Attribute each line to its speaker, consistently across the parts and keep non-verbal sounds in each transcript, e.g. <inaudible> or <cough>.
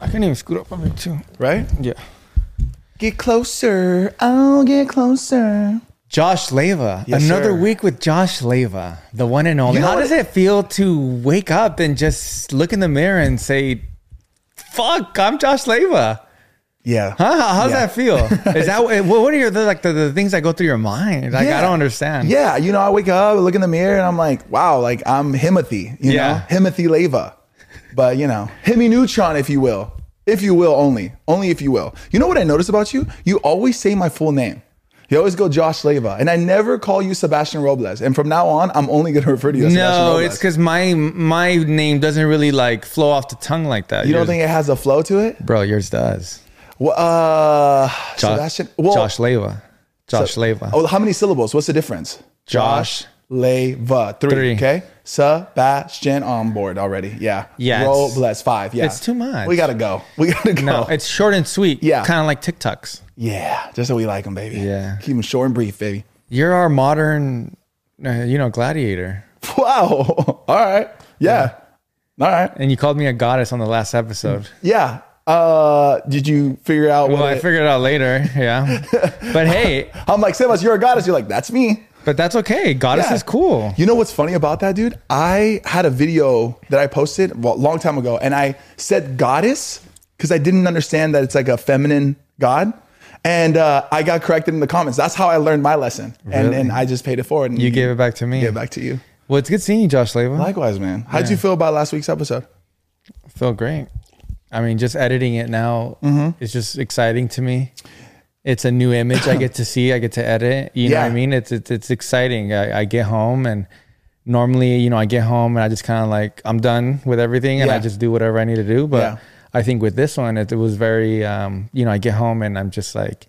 Speaker 1: I can't even scoot up from here too.
Speaker 2: right?
Speaker 1: Yeah.
Speaker 2: Get closer.
Speaker 3: Oh,
Speaker 2: I'll get closer.
Speaker 3: Josh Leva.
Speaker 2: Yes,
Speaker 3: Another
Speaker 2: sir.
Speaker 3: week with Josh Leva, the one and only.
Speaker 2: You know
Speaker 3: How
Speaker 2: what-
Speaker 3: does it feel to wake up and just look in the mirror and say, fuck, I'm Josh Leva?
Speaker 2: Yeah.
Speaker 3: Huh? How's
Speaker 2: Yeah.
Speaker 3: that
Speaker 2: <laughs>
Speaker 3: feel? Is that what what are your the, like the, the things that go through your mind? Like I
Speaker 2: Yeah.
Speaker 3: don't understand.
Speaker 2: Yeah, you know, I wake up, I look in the mirror, and I'm like, wow, like I'm Himothy, you
Speaker 3: Yeah.
Speaker 2: know, Himothy Leva. But you know, Hemi Neutron, if you will. If you will only. Only if you will. You know what I notice about you? You always say my full name. You always go Josh Leva. And I never call you Sebastian Robles. And from now on, I'm only gonna <laughs> refer to you as Sebastian
Speaker 3: No,
Speaker 2: Robles.
Speaker 3: it's because my my name doesn't really like flow off the tongue like that.
Speaker 2: you don't
Speaker 3: Yours-
Speaker 2: think it has a flow to it?
Speaker 3: bro? Yours does.
Speaker 2: Well, uh
Speaker 3: Jo-
Speaker 2: Sebastian. Well,
Speaker 3: Josh Leva. Josh Leva.
Speaker 2: Oh, how many syllables? What's the difference?
Speaker 3: Josh.
Speaker 2: Leva. Three.
Speaker 3: Three.
Speaker 2: Okay. Sebastian on board already. Yeah.
Speaker 3: Yeah,
Speaker 2: Roll
Speaker 3: it's-
Speaker 2: bless five. Yeah.
Speaker 3: it's too much.
Speaker 2: We gotta go. We gotta go.
Speaker 3: No, it's short and sweet.
Speaker 2: Oh. Yeah.
Speaker 3: kind of like TikToks.
Speaker 2: yeah. Just so we like them, baby.
Speaker 3: Yeah.
Speaker 2: Keep them short and brief, baby.
Speaker 3: You're our modern, uh, you know, gladiator.
Speaker 2: Wow. <laughs> All right. Yeah. All right.
Speaker 3: And you called me a goddess on the last episode.
Speaker 2: Yeah. Uh, did you figure out
Speaker 3: Well,
Speaker 2: what?
Speaker 3: I
Speaker 2: it-
Speaker 3: figured it out later. Yeah, <laughs> but hey,
Speaker 2: I'm like, Sebas, you're a goddess. You're like, that's me.
Speaker 3: but that's okay. Goddess
Speaker 2: Yeah.
Speaker 3: is cool.
Speaker 2: You know what's funny about that, dude? I had a video that I posted well, a long time ago, and I said goddess because I didn't understand that it's like a feminine god. And uh, I got corrected in the comments. That's how I learned my lesson. And
Speaker 3: Really?
Speaker 2: then I just paid it forward. And
Speaker 3: You gave it back to me.
Speaker 2: Gave it back to you.
Speaker 3: Well, it's good seeing you, Josh Leva.
Speaker 2: Likewise, man. How'd you feel about last week's episode?
Speaker 3: feel great. I mean, just editing it now
Speaker 2: Mm-hmm.
Speaker 3: is just exciting to me. It's a new image I get to see. I get to edit. You know what I
Speaker 2: Yeah.
Speaker 3: mean? It's it's, it's exciting. I, I get home and normally, you know, I get home and I just kind of like I'm done with everything and I
Speaker 2: Yeah.
Speaker 3: just do whatever I need to do. But
Speaker 2: Yeah.
Speaker 3: I think with this one, it, it was very, um, you know, I get home and I'm just like.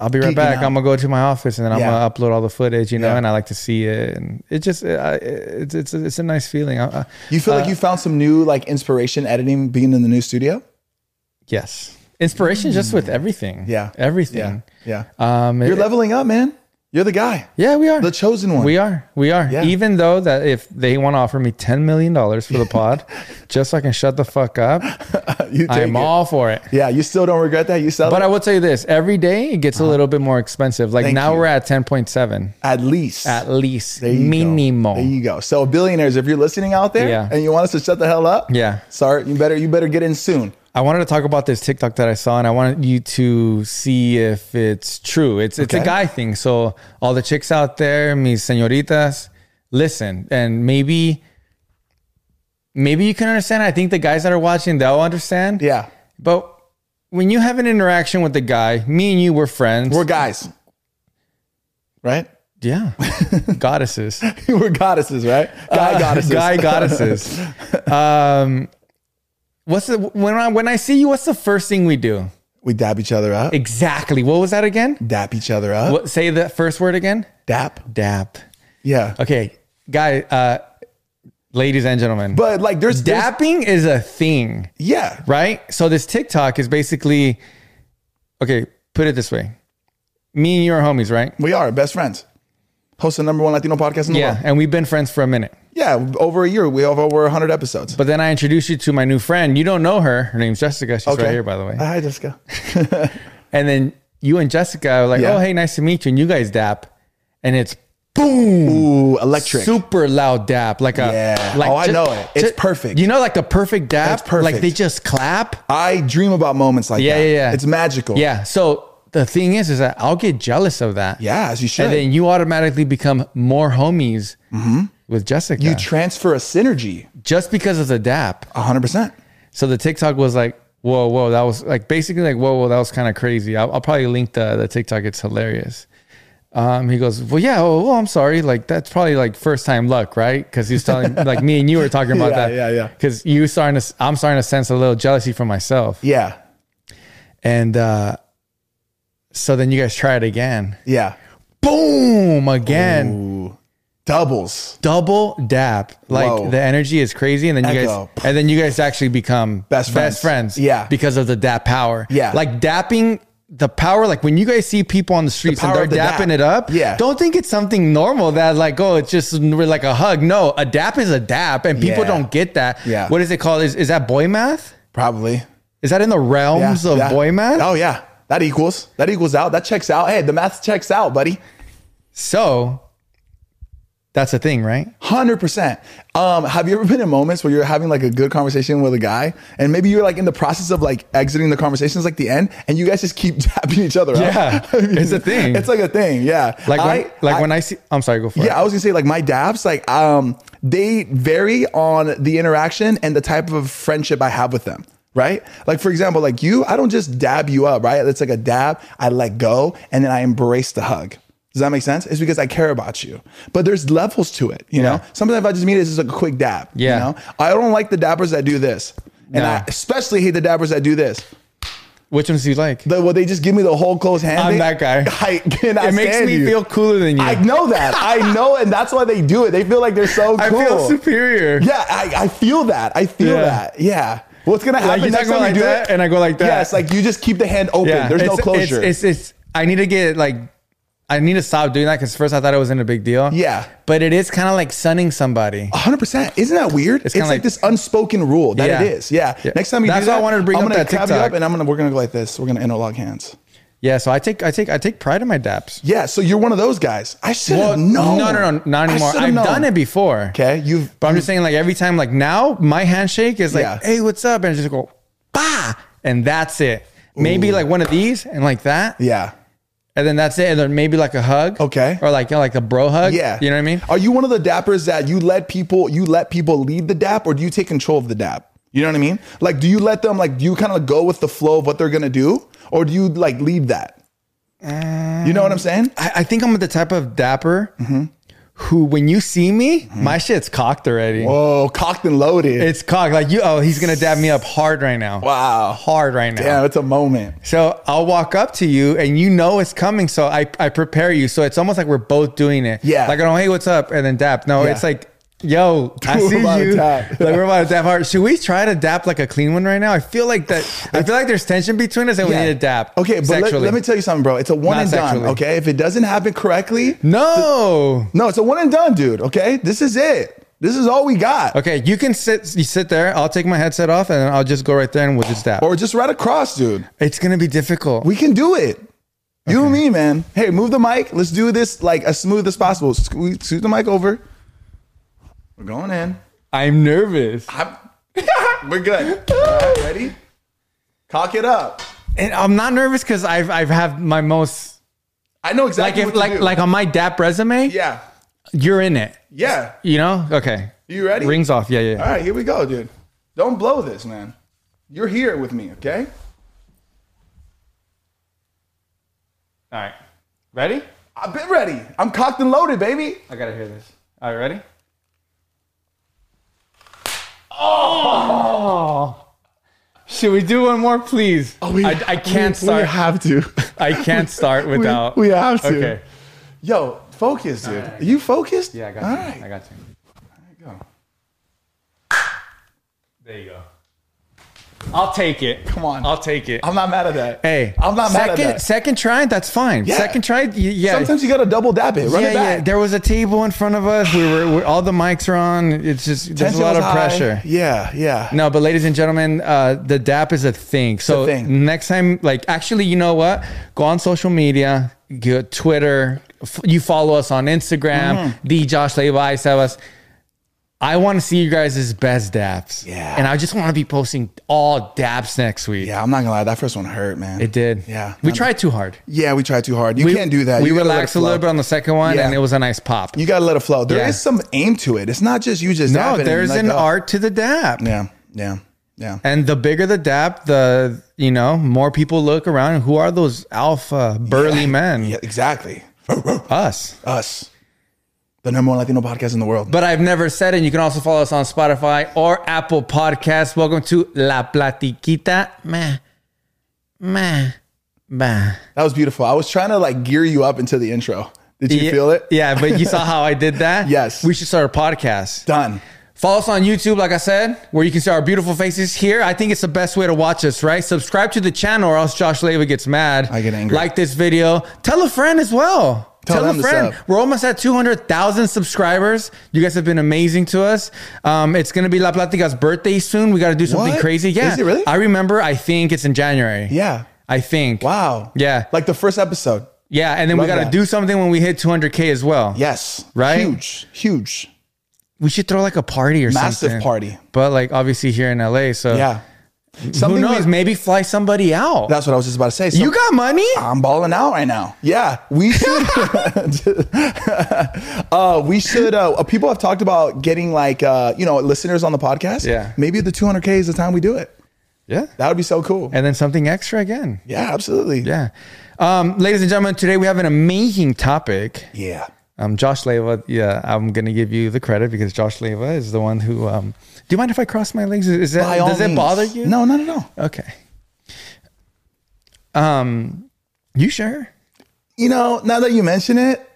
Speaker 3: I'll be right
Speaker 2: Geeking
Speaker 3: back.
Speaker 2: out.
Speaker 3: I'm gonna go to my office and then
Speaker 2: Yeah.
Speaker 3: I'm gonna upload all the footage, you know.
Speaker 2: Yeah.
Speaker 3: And I like to see it, and it just, I it's it's it's a nice feeling. I, I,
Speaker 2: You feel like you found some new like inspiration editing being in the new studio?
Speaker 3: Yes. Inspiration just with everything.
Speaker 2: Hmm. Yeah.
Speaker 3: Everything.
Speaker 2: Yeah.
Speaker 3: Um,
Speaker 2: You're
Speaker 3: it-
Speaker 2: leveling up, man. You're the guy,
Speaker 3: yeah, we are.
Speaker 2: the chosen <laughs> one.
Speaker 3: we are. We are.
Speaker 2: Yeah.
Speaker 3: Even though that if they want to offer me $10 million for the
Speaker 2: <laughs>
Speaker 3: pod, just so I can shut the fuck up,
Speaker 2: you <laughs> take
Speaker 3: I'm
Speaker 2: it.
Speaker 3: all for it.
Speaker 2: Yeah. You still don't regret that? You sell
Speaker 3: But
Speaker 2: it?
Speaker 3: I will tell you this every day it gets a little bit more expensive. Like
Speaker 2: Uh-huh. Thank
Speaker 3: now
Speaker 2: you.
Speaker 3: we're at 10.7
Speaker 2: at least.
Speaker 3: at least
Speaker 2: There you go.
Speaker 3: minimum.
Speaker 2: There you go. So billionaires, if you're listening out there
Speaker 3: Yeah.
Speaker 2: and you want us to shut the hell up,
Speaker 3: Yeah.
Speaker 2: sorry, you better you better get in soon.
Speaker 3: I wanted to talk about this TikTok that I saw, and I wanted you to see if it's true. It's it's a
Speaker 2: Okay.
Speaker 3: guy thing. So all the chicks out there, mis señoritas, listen, and maybe maybe you can understand. I think the guys that are watching, they'll understand.
Speaker 2: Yeah,
Speaker 3: But when you have an interaction with the guy, me and you were friends.
Speaker 2: we're guys, right? <laughs>
Speaker 3: yeah, goddesses.
Speaker 2: we're goddesses, right? Guy goddesses.
Speaker 3: Uh, guy
Speaker 2: <laughs>
Speaker 3: goddesses. um, what's the when I when I see you? What's the first thing we do?
Speaker 2: we dap each other up.
Speaker 3: Exactly. What was that again?
Speaker 2: Dap each other up.
Speaker 3: What, say the first word again.
Speaker 2: Dap.
Speaker 3: Dap.
Speaker 2: Yeah.
Speaker 3: Okay, guys, uh, ladies and gentlemen,
Speaker 2: But like, there's there's-
Speaker 3: dapping is a thing,
Speaker 2: yeah.
Speaker 3: right? So this TikTok is basically, okay, put it this way: me and you are homies, right?
Speaker 2: We are best friends. Host the number one Latino podcast in the
Speaker 3: Yeah,
Speaker 2: world.
Speaker 3: and we've been friends for a minute.
Speaker 2: Yeah. Over a year, we have over 100 episodes.
Speaker 3: But then I introduced you to my new friend. You don't know her. Her name's Jessica. She's right here, by the way.
Speaker 2: Hi, Jessica.
Speaker 3: And then you and Jessica were like,
Speaker 2: Yeah.
Speaker 3: "Oh, hey, nice to meet you." And you guys dap, and it's boom.
Speaker 2: Ooh, electric.
Speaker 3: super loud dap, like a
Speaker 2: Yeah.
Speaker 3: like
Speaker 2: Oh, I
Speaker 3: ju-
Speaker 2: know it. It's
Speaker 3: ju-
Speaker 2: perfect.
Speaker 3: You know, like the perfect dap.
Speaker 2: It's perfect.
Speaker 3: Like they just clap.
Speaker 2: I dream about moments like
Speaker 3: Yeah,
Speaker 2: that.
Speaker 3: yeah, yeah.
Speaker 2: It's magical.
Speaker 3: Yeah. So the thing is, is that I'll get jealous of that.
Speaker 2: Yeah, as you should.
Speaker 3: And then you automatically become more homies with Jessica
Speaker 2: Mm-hmm. you transfer a synergy.
Speaker 3: just because of the dap.
Speaker 2: 100%.
Speaker 3: So the TikTok was like, whoa, whoa, that was like basically like, whoa, whoa, that was kind of crazy. I'll, I'll probably link the the TikTok. It's hilarious. Um, he goes, well, yeah, oh, well, I'm sorry. Like that's probably like first time luck, right? Because he's telling, <laughs> like me and you were talking about
Speaker 2: Yeah,
Speaker 3: that.
Speaker 2: yeah, yeah.
Speaker 3: Because you starting to, I'm starting to sense a little jealousy for myself.
Speaker 2: Yeah.
Speaker 3: And uh, so then you guys try it again.
Speaker 2: Yeah.
Speaker 3: Boom again,
Speaker 2: Doubles.
Speaker 3: double dap. Like
Speaker 2: Whoa.
Speaker 3: the energy is crazy, and then you
Speaker 2: Echo.
Speaker 3: guys, and then you guys actually become
Speaker 2: Best friends.
Speaker 3: best friends,
Speaker 2: Yeah.
Speaker 3: because of the dap power,
Speaker 2: Yeah.
Speaker 3: Like dapping the power, like when you guys see people on the streets and
Speaker 2: power
Speaker 3: they're
Speaker 2: of the dap.
Speaker 3: dapping it up,
Speaker 2: Yeah.
Speaker 3: don't think it's something normal that like, oh, it's just like a hug. No, a dap is a dap, and people
Speaker 2: Yeah.
Speaker 3: don't get that.
Speaker 2: Yeah.
Speaker 3: What is it called? Is, is that boy math?
Speaker 2: Probably.
Speaker 3: Is that in the realms of
Speaker 2: yeah.
Speaker 3: boy math?
Speaker 2: Oh yeah, that equals that equals out. That checks out. Hey, the math checks out, buddy.
Speaker 3: So that's a thing, right?
Speaker 2: Hundred percent. Um, have you ever been in moments where you're having like a good conversation with a guy, and maybe you're like in the process of like exiting the conversation, it's like the end, and you guys just keep <laughs> tapping each other? up? <laughs>
Speaker 3: Yeah, it's a thing.
Speaker 2: It's like a thing. Yeah.
Speaker 3: Like when,
Speaker 2: I-
Speaker 3: like when I see, I'm sorry, go for
Speaker 2: Yeah, I was gonna say like my dabs, like um, they vary on the interaction and the type of friendship I have with them. Right? Like for example, like you, I don't just dab you up. Right? It's like a dab. I let go and then I embrace the hug. Does that make sense? It's because I care about you. But there's levels to it. You know. Sometimes if I just meet it, it's just like a quick dab.
Speaker 3: Yeah.
Speaker 2: You know? I don't like the dabbers that do this,
Speaker 3: No.
Speaker 2: and I especially hate the dabbers that do this.
Speaker 3: it. Which ones do you like?
Speaker 2: The, well, they just give me the whole closed hand.
Speaker 3: I'm
Speaker 2: thing.
Speaker 3: that guy.
Speaker 2: <laughs> I cannot
Speaker 3: it makes
Speaker 2: stand
Speaker 3: me
Speaker 2: you.
Speaker 3: feel cooler than you.
Speaker 2: I know that. I know, and that's why they do it. They feel like they're so
Speaker 3: <laughs>
Speaker 2: cool.
Speaker 3: I feel superior.
Speaker 2: yeah, I, I feel that. I feel
Speaker 3: Yeah.
Speaker 2: that. Yeah. What's gonna
Speaker 3: Like
Speaker 2: happen
Speaker 3: you talk
Speaker 2: next time
Speaker 3: about
Speaker 2: you
Speaker 3: like
Speaker 2: do
Speaker 3: that,
Speaker 2: it?
Speaker 3: and I go like that.
Speaker 2: yes, like you just keep the hand open. There's no
Speaker 3: It's-
Speaker 2: closure.
Speaker 3: It's, it's it's I need to get like I need to stop doing that because first I thought it wasn't a big deal.
Speaker 2: Yeah.
Speaker 3: but it is kind of like sunning somebody.
Speaker 2: 100%. Isn't that weird? It's,
Speaker 3: kinda
Speaker 2: like,
Speaker 3: like-
Speaker 2: this unspoken rule that
Speaker 3: Yeah.
Speaker 2: it is. Yeah.
Speaker 3: Yeah.
Speaker 2: Next time you
Speaker 3: That's
Speaker 2: do
Speaker 3: why I
Speaker 2: that,
Speaker 3: wanted to bring
Speaker 2: I'm
Speaker 3: up
Speaker 2: gonna
Speaker 3: that
Speaker 2: grab you
Speaker 3: TikTok.
Speaker 2: up and I'm gonna we're gonna go like this. We're gonna interlock hands.
Speaker 3: Yeah, so I take I take I take pride in my daps.
Speaker 2: Yeah, so you're one of those guys. I should have
Speaker 3: Well,
Speaker 2: known.
Speaker 3: no, no, no,
Speaker 2: I
Speaker 3: not anymore.
Speaker 2: should've
Speaker 3: I've
Speaker 2: known.
Speaker 3: done it before.
Speaker 2: Okay, you've
Speaker 3: but I'm just saying like every time like now my handshake is like,
Speaker 2: Yeah.
Speaker 3: hey, what's up, and I just go bah, and that's it. Maybe like one of these and like that,
Speaker 2: yeah.
Speaker 3: and then that's it. And then maybe like a hug,
Speaker 2: Okay.
Speaker 3: or like you know, like a bro hug.
Speaker 2: Yeah.
Speaker 3: you know what I mean.
Speaker 2: Are you one of the dappers that you let people you let people lead the dap or do you take control of the dap? You know what I mean? Like do you let them like do you kind of go with the flow of what they're gonna do? Or do you like lead that?
Speaker 3: Mm.
Speaker 2: you know what I'm saying?
Speaker 3: I, I think I'm the type of dapper
Speaker 2: Mm-hmm.
Speaker 3: who, when you see me, my shit's cocked already.
Speaker 2: Oh, cocked and loaded.
Speaker 3: It's cocked. Like you, oh, he's gonna dab me up hard right now.
Speaker 2: wow.
Speaker 3: Hard right now.
Speaker 2: Yeah, it's a moment.
Speaker 3: So I'll walk up to you and you know it's coming. So I, I prepare you. So it's almost like we're both doing it.
Speaker 2: Yeah.
Speaker 3: Like I don't, hey, what's up? And then dap. No,
Speaker 2: Yeah.
Speaker 3: it's like,
Speaker 2: <laughs>
Speaker 3: yo, I
Speaker 2: We're
Speaker 3: see
Speaker 2: about to
Speaker 3: you. <laughs>
Speaker 2: dap.
Speaker 3: like we're about to dap hard. Should we try to dap like a clean one right now? I feel like that.
Speaker 2: <sighs>
Speaker 3: I feel like there's tension between us and
Speaker 2: Yeah.
Speaker 3: we need to dap.
Speaker 2: Okay, but let,
Speaker 3: sexually.
Speaker 2: let me tell you something, bro. It's a one
Speaker 3: Not
Speaker 2: and done.
Speaker 3: sexually.
Speaker 2: Okay. If it doesn't happen correctly,
Speaker 3: No.
Speaker 2: no, it's a one and done, dude. Okay. This is it. This is all we got.
Speaker 3: Okay, you can sit. You sit there. I'll take my headset off, and I'll just go right there, and we'll just dab.
Speaker 2: Or just right across, dude.
Speaker 3: it's gonna be difficult.
Speaker 2: We can do it. You and me, man. Hey, move the mic. Let's do this like as smooth as possible. Scoot, scoot the mic over. We're going in.
Speaker 3: I'm nervous,
Speaker 2: I'm, <laughs> we're good. All right, ready? Cock it up.
Speaker 3: and I'm not nervous because I've I've have my most
Speaker 2: I know
Speaker 3: like
Speaker 2: exactly
Speaker 3: if
Speaker 2: what to
Speaker 3: like
Speaker 2: do.
Speaker 3: like on my DAP resume.
Speaker 2: yeah,
Speaker 3: you're in it.
Speaker 2: yeah.
Speaker 3: You know. Okay.
Speaker 2: You ready?
Speaker 3: Rings off. Yeah, yeah.
Speaker 2: All right, here we go, dude. Don't blow this, man. You're here with me, okay?
Speaker 3: All right. Ready?
Speaker 2: I've been ready. I'm cocked and loaded, baby.
Speaker 3: I gotta hear this. All right. Ready? Oh. Should we do one more, please? Oh, I, I can't start.
Speaker 2: have to.
Speaker 3: I
Speaker 2: <laughs>
Speaker 3: can't start without.
Speaker 2: we have to.
Speaker 3: Okay.
Speaker 2: Yo, focus, dude. Are you focused?
Speaker 3: Yeah, I got
Speaker 2: All
Speaker 3: you.
Speaker 2: right.
Speaker 3: I got you.
Speaker 2: Go.
Speaker 3: There you go. I'll take it.
Speaker 2: Come on.
Speaker 3: I'll take it.
Speaker 2: I'm not mad at that.
Speaker 3: hey,
Speaker 2: I'm not
Speaker 3: second,
Speaker 2: mad at that.
Speaker 3: Second try, that's fine.
Speaker 2: Yeah.
Speaker 3: Second try, y- yeah.
Speaker 2: Sometimes you gotta double dab it. Run
Speaker 3: yeah,
Speaker 2: it
Speaker 3: yeah.
Speaker 2: back.
Speaker 3: There was a table in front of us. We were, we all the mics are on. It's just there's
Speaker 2: Tension
Speaker 3: a lot of
Speaker 2: was high.
Speaker 3: pressure.
Speaker 2: Yeah, yeah.
Speaker 3: No, but ladies and gentlemen, uh, the DAP is a thing. So
Speaker 2: a thing.
Speaker 3: next time, like, actually, you know what? Go on social media, go Twitter. F- you follow us on Instagram,
Speaker 2: Mm-hmm.
Speaker 3: the Josh Levi us. I want to see you guys' best DAPs.
Speaker 2: Yeah.
Speaker 3: And I just want to be posting all DAPs next week.
Speaker 2: Yeah, I'm not gonna lie. That first one hurt, man.
Speaker 3: It did.
Speaker 2: Yeah.
Speaker 3: We tried too hard.
Speaker 2: Yeah, we tried too hard. You can't do that.
Speaker 3: We
Speaker 2: You gotta let it
Speaker 3: relaxed a little
Speaker 2: flow.
Speaker 3: bit on the second one,
Speaker 2: Yeah.
Speaker 3: and it was a nice pop.
Speaker 2: You gotta let it flow. There is
Speaker 3: Yeah.
Speaker 2: some aim to it. It's not just you just
Speaker 3: no,
Speaker 2: dab it and
Speaker 3: there's
Speaker 2: let
Speaker 3: an
Speaker 2: go.
Speaker 3: art to the DAP.
Speaker 2: uh, Yeah, yeah, yeah.
Speaker 3: And the bigger the dap, the you know more people look around. Who are those alpha burly men?
Speaker 2: Yeah, exactly. <laughs>
Speaker 3: Us.
Speaker 2: Us, the number one Latino podcast in the world.
Speaker 3: But I've never said, and you can also follow us on Spotify or Apple Podcasts. Welcome to La Platiquita. Meh, meh, bah.
Speaker 2: That was beautiful. I was trying to like gear you up into the intro. Did you
Speaker 3: Yeah,
Speaker 2: feel it?
Speaker 3: Yeah, but you saw how I did that.
Speaker 2: <laughs> Yes.
Speaker 3: we should start a podcast.
Speaker 2: Done.
Speaker 3: Follow us on YouTube, like I said, where you can see our beautiful faces here. I think it's the best way to watch us, right? Subscribe to the channel, or else Josh Leva gets mad.
Speaker 2: I get angry.
Speaker 3: Like this video. Tell a friend as well.
Speaker 2: Tell
Speaker 3: a
Speaker 2: them to
Speaker 3: friend.
Speaker 2: sub.
Speaker 3: We're almost at 200,000 subscribers. You guys have been amazing to us. Um, it's going to be La Platica's birthday soon. We got to do something
Speaker 2: What?
Speaker 3: crazy.
Speaker 2: Is
Speaker 3: Yeah.
Speaker 2: it really?
Speaker 3: I remember, I think it's in January.
Speaker 2: Yeah.
Speaker 3: I think.
Speaker 2: Wow.
Speaker 3: Yeah.
Speaker 2: Like the first episode.
Speaker 3: Yeah. And then we
Speaker 2: Love
Speaker 3: got to
Speaker 2: that.
Speaker 3: do something when we hit 200K as well.
Speaker 2: Yes.
Speaker 3: Right?
Speaker 2: Huge. Huge.
Speaker 3: We should throw like a party or
Speaker 2: Massive
Speaker 3: something.
Speaker 2: party.
Speaker 3: But like obviously here in LA. So
Speaker 2: Yeah.
Speaker 3: who
Speaker 2: Something we-
Speaker 3: knows? maybe fly somebody out.
Speaker 2: that's what I was just about to say. So
Speaker 3: you got money?
Speaker 2: I'm balling out right now. Yeah,
Speaker 3: <laughs>
Speaker 2: we should. <laughs> uh, we should. Uh, people have talked about getting like uh, you know listeners on the podcast.
Speaker 3: Yeah.
Speaker 2: maybe the 200k is the time we do it.
Speaker 3: Yeah.
Speaker 2: That would be so cool.
Speaker 3: And then something extra again.
Speaker 2: yeah, absolutely.
Speaker 3: Yeah. Um, ladies and gentlemen, today we have an amazing topic.
Speaker 2: yeah.
Speaker 3: Um, Josh Leva, yeah, I'm gonna give you the credit because Josh Leva is the one who. Um, do you mind if I cross my legs? Is that
Speaker 2: By all
Speaker 3: does it
Speaker 2: means.
Speaker 3: bother you?
Speaker 2: No, not at all.
Speaker 3: Okay. Um, you sure?
Speaker 2: You know, now that you mention it, <laughs>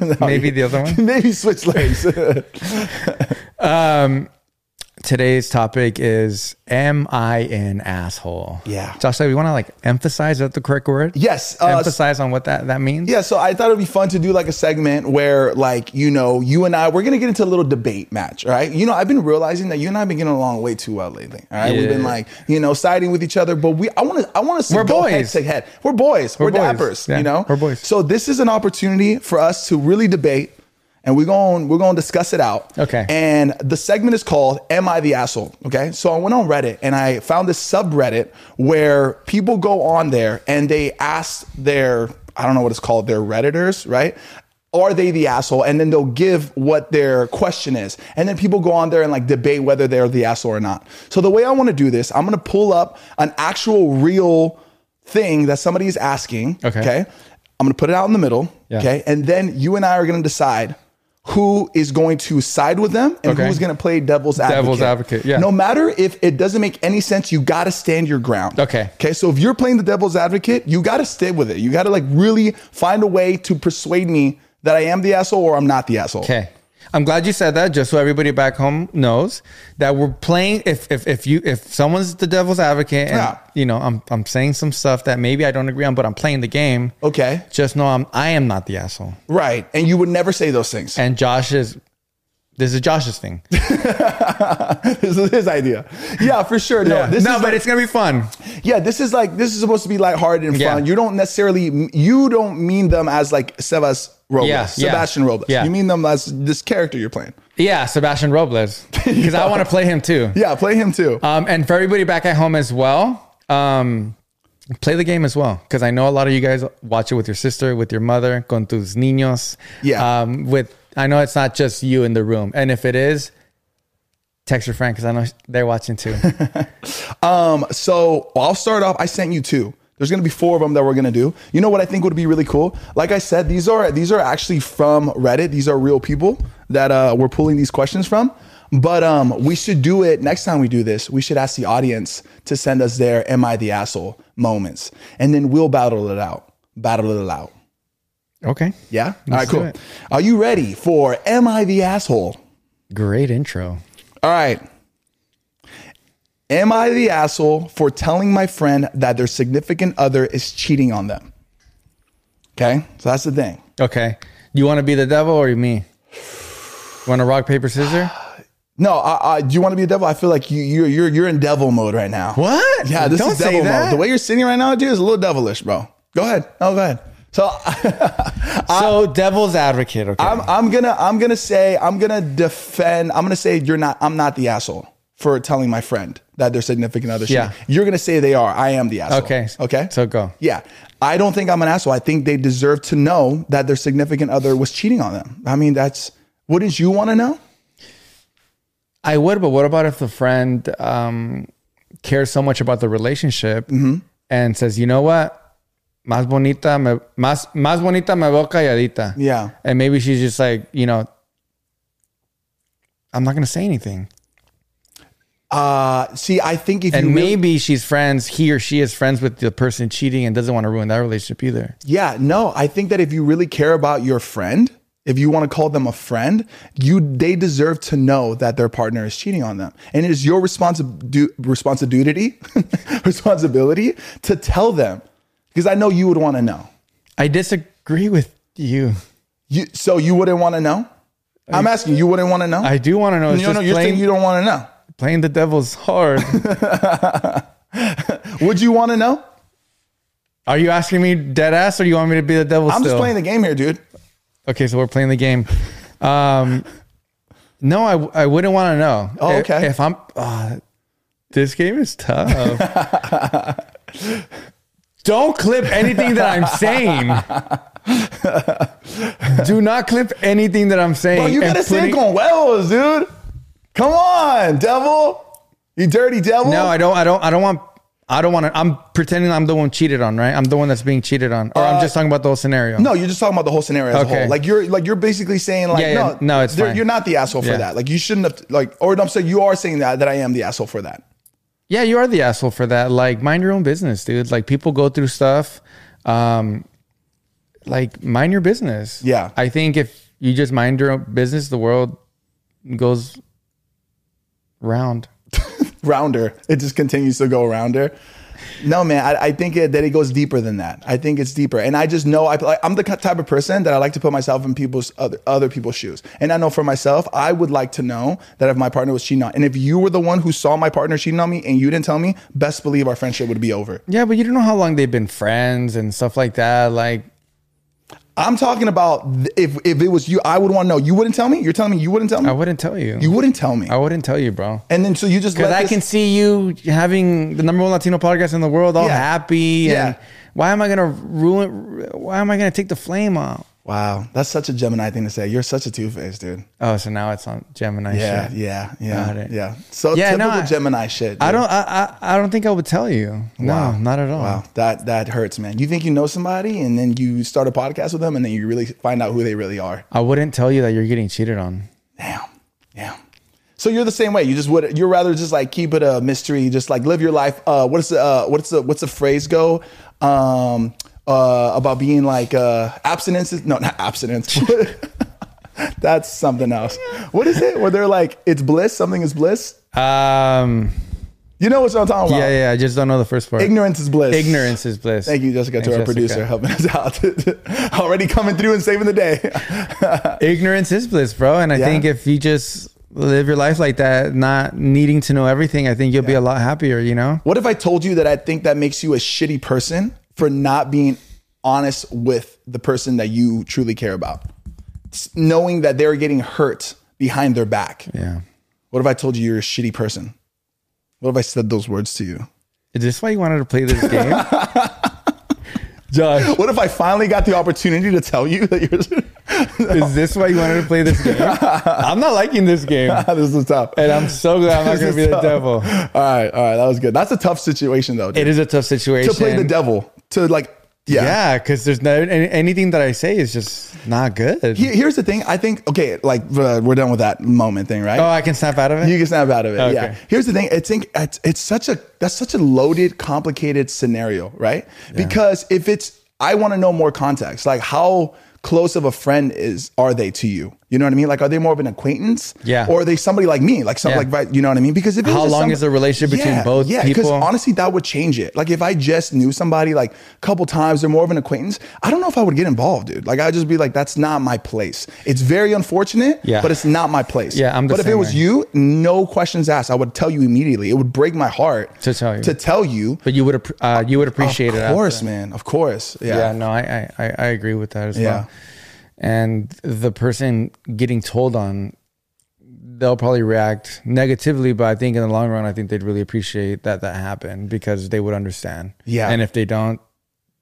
Speaker 2: No,
Speaker 3: Maybe the other
Speaker 2: <laughs>
Speaker 3: one.
Speaker 2: maybe switch legs.
Speaker 3: Today's topic is am I an asshole?
Speaker 2: Yeah.
Speaker 3: Josh, we want to like emphasize is that the correct word?
Speaker 2: <laughs> yes. Uh,
Speaker 3: emphasize on what that that means.
Speaker 2: Yeah, so I thought it'd be fun to do like a segment where, like, you know, you and I, we're gonna get into a little debate match, all right? You know, I've been realizing that you and I have been getting along way too well lately. All right, we've been
Speaker 3: Yeah.
Speaker 2: like, you know, siding with each other, but we, I want to, I want to
Speaker 3: We're
Speaker 2: go head
Speaker 3: boys.
Speaker 2: to head. We're boys. We're,
Speaker 3: boys,
Speaker 2: dappers.
Speaker 3: yeah,
Speaker 2: You know,
Speaker 3: we're boys.
Speaker 2: So this is an opportunity for us to really debate, and we're going, we're going to discuss it out.
Speaker 3: Okay.
Speaker 2: And the segment is called "Am I the Asshole?" Okay. So I went on Reddit and I found this subreddit where people go on there and they ask their I don't know what it's called their redditors right. Are they the asshole? And then they'll give what their question is. And then people go on there and like debate whether they're the asshole or not. So the way I want to do this, I'm going to pull up an actual real thing that somebody's asking.
Speaker 3: Okay.
Speaker 2: Okay. I'm going to put it out in the middle.
Speaker 3: Yeah.
Speaker 2: Okay. And then you and I are going to decide who is going to side with them and
Speaker 3: Okay.
Speaker 2: who's going to play devil's advocate.
Speaker 3: Devil's advocate, yeah.
Speaker 2: No matter if it doesn't make any sense, you got to stand your ground.
Speaker 3: Okay.
Speaker 2: Okay. So if you're playing the devil's advocate, you got to stay with it. You got to like really find a way to persuade me that I am the asshole or I'm not the asshole.
Speaker 3: Okay. I'm glad you said that, just so everybody back home knows that we're playing. If if if you if someone's the devil's advocate, and
Speaker 2: Yeah.
Speaker 3: you know, I'm I'm saying some stuff that maybe I don't agree on, but I'm playing the game.
Speaker 2: Okay.
Speaker 3: Just know I'm I am not the asshole,
Speaker 2: Right. And you would never say those things.
Speaker 3: and Josh is. This is Josh's thing.
Speaker 2: <laughs> this is his idea. Yeah, for sure. <laughs> No, this
Speaker 3: no,
Speaker 2: is
Speaker 3: but
Speaker 2: like-
Speaker 3: it's gonna be fun.
Speaker 2: Yeah, this is like this is supposed to be lighthearted and
Speaker 3: Yeah.
Speaker 2: fun. You don't necessarily you don't mean them as like Sebas Robles,
Speaker 3: Yeah, yeah.
Speaker 2: Sebastian Robles.
Speaker 3: Yeah.
Speaker 2: You mean them as this character you're playing.
Speaker 3: Yeah, Sebastian
Speaker 2: <laughs>
Speaker 3: Robles, because I want to play him too.
Speaker 2: Yeah, play him too.
Speaker 3: Um, and for everybody back at home as well, um, play the game as well because I know a lot of you guys watch it with your sister, with your mother, con tus niños.
Speaker 2: Yeah.
Speaker 3: Um, with I know it's not just you in the room, and if it is, text your friend because I know they're watching too.
Speaker 2: so I'll start off. I sent you two. There's gonna be four of them that we're gonna do. You know what I think would be really cool? Like I said, these are these are actually from Reddit. These are real people that uh, we're pulling these questions from. But um, we should do it next time we do this. We should ask the audience to send us their "Am I the asshole?" moments, and then we'll battle it out. Battle it out.
Speaker 3: <laughs> okay.
Speaker 2: Yeah. All right.
Speaker 3: do
Speaker 2: Cool.
Speaker 3: it.
Speaker 2: Are you ready for "Am I the asshole?"
Speaker 3: Great intro.
Speaker 2: All right. Am I the asshole for telling my friend that their significant other is cheating on them? Okay, so that's the thing.
Speaker 3: Okay. You want to be the devil or me? Want to rock paper scissors?
Speaker 2: No, I, I, do you want to be a devil? I feel like you, you're you're you're in devil mode right now.
Speaker 3: What?
Speaker 2: Yeah, this
Speaker 3: Don't
Speaker 2: is
Speaker 3: say
Speaker 2: devil
Speaker 3: that.
Speaker 2: mode. The way you're sitting right now, dude, is a little devilish, bro. Go ahead. Oh, go ahead. So
Speaker 3: So devil's advocate. Okay.
Speaker 2: I'm I'm gonna I'm gonna say I'm gonna defend. I'm gonna say you're not. I'm not the asshole for telling my friend that their significant other.
Speaker 3: Yeah.
Speaker 2: cheating. You're gonna say they are. I am the asshole.
Speaker 3: Okay.
Speaker 2: Okay.
Speaker 3: So go.
Speaker 2: Yeah. I don't think I'm an asshole. I think they deserve to know that their significant other was cheating on them. I mean, that's wouldn't you want to know?
Speaker 3: I would, but what about if the friend um, cares so much about the relationship
Speaker 2: Mm-hmm.
Speaker 3: and says, you know what, más bonita me, más más bonita me veo calladita,
Speaker 2: Yeah.
Speaker 3: and maybe she's just like, you know, I'm not gonna say anything,
Speaker 2: Uh, see, I think if
Speaker 3: and
Speaker 2: you really,
Speaker 3: maybe she's friends, he or she is friends with the person cheating and doesn't want to ruin that relationship either.
Speaker 2: yeah, no, I think that if you really care about your friend, if you want to call them a friend, you they deserve to know that their partner is cheating on them, and it is your responsi- du- responsibility <laughs> responsibility to tell them because I know you would want to know.
Speaker 3: I disagree with you.
Speaker 2: You so you wouldn't want to know. I'm asking you wouldn't want to know.
Speaker 3: I do want to know. It's
Speaker 2: you
Speaker 3: just
Speaker 2: know you're
Speaker 3: playing,
Speaker 2: saying you don't want to know.
Speaker 3: playing the devil's hard.
Speaker 2: <laughs> Would you want to know?
Speaker 3: Are you asking me dead ass, or do you want me to be the devil?
Speaker 2: I'm
Speaker 3: still?
Speaker 2: just playing the game here, dude.
Speaker 3: Okay, so we're playing the game. Um, no, I, w- I wouldn't want to know.
Speaker 2: Oh,
Speaker 3: If-
Speaker 2: okay.
Speaker 3: If, I'm, ah, this game is tough. Don't clip anything that I'm saying. Do not clip anything that I'm saying.
Speaker 2: Bro, Oh, you
Speaker 3: and
Speaker 2: gotta
Speaker 3: putting-
Speaker 2: sink on Wells, dude. Come on, devil. You dirty devil.
Speaker 3: No, I don't. I don't. I don't want. I don't want to. I'm pretending I'm the one cheated on, right? I'm the one that's being cheated on, or
Speaker 2: Uh,
Speaker 3: I'm just talking about the whole scenario.
Speaker 2: No, you're just talking about the whole scenario as a
Speaker 3: Okay.
Speaker 2: whole. Like you're like you're basically saying like
Speaker 3: Yeah, yeah.
Speaker 2: no,
Speaker 3: No, it's
Speaker 2: they're-
Speaker 3: fine.
Speaker 2: you're not the asshole for
Speaker 3: Yeah.
Speaker 2: that. Like you shouldn't have like or I'm saying you are saying that that I am the asshole for that.
Speaker 3: Yeah, you are the asshole for that. Like, mind your own business, dude. Like, people go through stuff. Um, like, mind your business.
Speaker 2: Yeah.
Speaker 3: I think if you just mind your own business, the world goes round.
Speaker 2: Rounder. It just continues to go rounder. No, man, I, I think it, that it goes deeper than that. I think it's deeper, and I just know I, like, I'm the ki- type of person that I like to put myself in people's other, other people's shoes, and I know for myself, I would like to know that if my partner was cheating on, and if you were the one who saw my partner cheating on me and you didn't tell me, best believe our friendship would be over.
Speaker 3: Yeah, but you don't know how long they've been friends and stuff like that. Like,
Speaker 2: I'm talking about th- if if it was you, I would want to know. You wouldn't tell me. You're telling me you wouldn't tell me.
Speaker 3: I wouldn't tell you.
Speaker 2: you wouldn't tell me.
Speaker 3: I wouldn't tell you, bro.
Speaker 2: and then so you just let
Speaker 3: Because I
Speaker 2: this-
Speaker 3: can see you having the number one Latino podcast in the world, all
Speaker 2: Yeah.
Speaker 3: happy. And
Speaker 2: Yeah.
Speaker 3: why am I gonna ruin? Why am I gonna take the flame out?
Speaker 2: Wow, that's such a Gemini thing to say. You're such a two faced dude.
Speaker 3: Oh, so now it's on Gemini.
Speaker 2: Yeah,
Speaker 3: shit.
Speaker 2: yeah,
Speaker 3: Got
Speaker 2: yeah,
Speaker 3: it.
Speaker 2: yeah. So
Speaker 3: Yeah, no,
Speaker 2: typical
Speaker 3: I-
Speaker 2: Gemini shit.
Speaker 3: I
Speaker 2: dude.
Speaker 3: don't. I, I I don't think I would tell you. No, not at all.
Speaker 2: Wow, that that hurts, man. You think you know somebody, and then you start a podcast with them, and then you really find out who they really are.
Speaker 3: I wouldn't tell you that you're getting cheated on.
Speaker 2: Damn, damn. So you're the same way. You just would. You're rather just like keep it a mystery. Just like live your life. Uh, what's the uh, what's the what's the phrase go? Um, uh, about being like uh, abstinence is no not abstinence. <laughs> That's something else. What is it? Where they're like, it's bliss. Something is bliss.
Speaker 3: Um.
Speaker 2: You know what I'm talking about?
Speaker 3: Yeah, yeah. I just don't know the first part.
Speaker 2: Ignorance is bliss.
Speaker 3: Ignorance is bliss.
Speaker 2: Thank you, Jessica, to our
Speaker 3: Thanks,
Speaker 2: producer,
Speaker 3: Jessica.
Speaker 2: helping us out. <laughs> Already coming through and saving the day. <laughs>
Speaker 3: Ignorance is bliss, bro. And I
Speaker 2: Yeah.
Speaker 3: think if you just live your life like that, not needing to know everything, I think you'll be a lot happier. You know.
Speaker 2: what if I told you that I think that makes you a shitty person for not being honest with the person that you truly care about? S- Knowing that they're getting hurt behind their back.
Speaker 3: Yeah.
Speaker 2: What if I told you you're a shitty person? What if I said those words to you? <laughs>
Speaker 3: Is this why you wanted to play this game? Josh,
Speaker 2: What if I finally got the opportunity to tell you that you're
Speaker 3: is this why you wanted to play this game? I'm not liking this game.
Speaker 2: <laughs> this is tough?
Speaker 3: And I'm so glad I'm not going to be the devil.
Speaker 2: <laughs> All right, all right, that was good. That's a tough situation though. dude.
Speaker 3: It is a tough situation.
Speaker 2: to play the devil. To like yeah.
Speaker 3: Yeah, because there's no any, anything that I say is just not good.
Speaker 2: Here- Here's the thing. I think okay, like uh, we're done with that moment thing, right?
Speaker 3: oh, I can snap out of it.
Speaker 2: You can snap out of it.
Speaker 3: Okay.
Speaker 2: Yeah. Here's the thing. I think it's, it's such a that's such a loaded, complicated scenario, right? Because if it's I want to know more context, like how close of a friend is are they to you? You know what I mean? Like are they more of an acquaintance?
Speaker 3: Yeah.
Speaker 2: Or are they somebody like me? Like some
Speaker 3: Yeah.
Speaker 2: like right, you know what I mean? Because if it was
Speaker 3: How
Speaker 2: just
Speaker 3: long
Speaker 2: some-
Speaker 3: is the relationship between both
Speaker 2: yeah,
Speaker 3: people?
Speaker 2: honestly that would change it. Like if I just knew somebody like a couple times or more of an acquaintance, I don't know if I would get involved, dude. Like I'd just be like, that's not my place. It's very unfortunate,
Speaker 3: Yeah.
Speaker 2: but it's not my place.
Speaker 3: Yeah, I'm the
Speaker 2: But if
Speaker 3: same
Speaker 2: it was
Speaker 3: way.
Speaker 2: you, no questions asked. I would tell you immediately. It would break my heart
Speaker 3: To tell you.
Speaker 2: To tell you.
Speaker 3: but you would appre- uh, you would appreciate it.
Speaker 2: Of
Speaker 3: after.
Speaker 2: course, man. Of course. Yeah.
Speaker 3: Yeah. no, I, I I- I agree with that as
Speaker 2: Yeah.
Speaker 3: well. And the person getting told on, they'll probably react negatively, but I think in the long run, I think they'd really appreciate that that happened because they would understand.
Speaker 2: Yeah.
Speaker 3: and if they don't,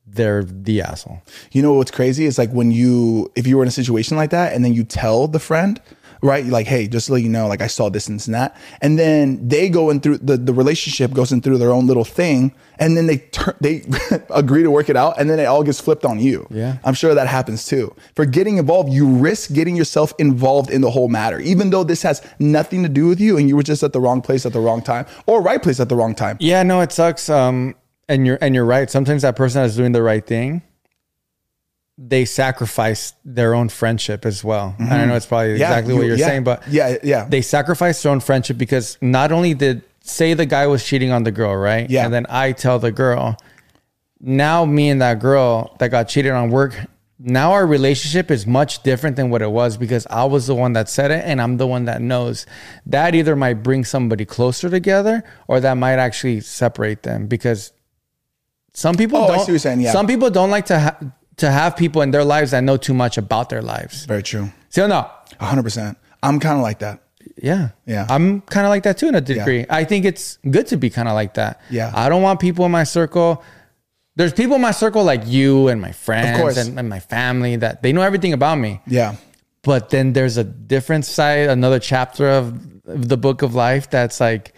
Speaker 3: they're the asshole.
Speaker 2: You know what's crazy is like when you if you were in a situation like that and then you tell the friend, right? You're like, hey, just to let you know, like I saw this and this and that, and then they go in through the the relationship goes in through their own little thing, and then they turn they <laughs> agree to work it out, and then it all gets flipped on you.
Speaker 3: Yeah.
Speaker 2: I'm sure that happens too. For getting involved, you risk getting yourself involved in the whole matter, even though this has nothing to do with you, and you were just at the wrong place at the wrong time or right place at the wrong time.
Speaker 3: Yeah, no, it sucks. Um, and you're and you're right. Sometimes that person that's doing the right thing, they sacrificed their own friendship as well. And I know it's probably
Speaker 2: Mm-hmm. Yeah,
Speaker 3: exactly what
Speaker 2: you-
Speaker 3: you're
Speaker 2: yeah,
Speaker 3: saying, but
Speaker 2: yeah, yeah,
Speaker 3: they sacrificed their own friendship because not only did say the guy was cheating on the girl, right?
Speaker 2: Yeah.
Speaker 3: And then I tell the girl, now me and that girl that got cheated on work, now our relationship is much different than what it was because I was the one that said it and I'm the one that knows. That either might bring somebody closer together or that might actually separate them because some people
Speaker 2: Oh, I see
Speaker 3: don't
Speaker 2: what you're saying, yeah.
Speaker 3: some people don't like to ha- to have people in their lives that know too much about their lives.
Speaker 2: very true.
Speaker 3: So no,
Speaker 2: A hundred percent. I'm kind of like that.
Speaker 3: yeah.
Speaker 2: Yeah.
Speaker 3: I'm kind of like that too in a degree. I think it's good to be kind of like that.
Speaker 2: Yeah.
Speaker 3: I don't want people in my circle. There's people in my circle like you and my
Speaker 2: course.
Speaker 3: friends and, and my family that they know everything about me.
Speaker 2: Yeah,
Speaker 3: But then there's a different side, another chapter of the book of life that's like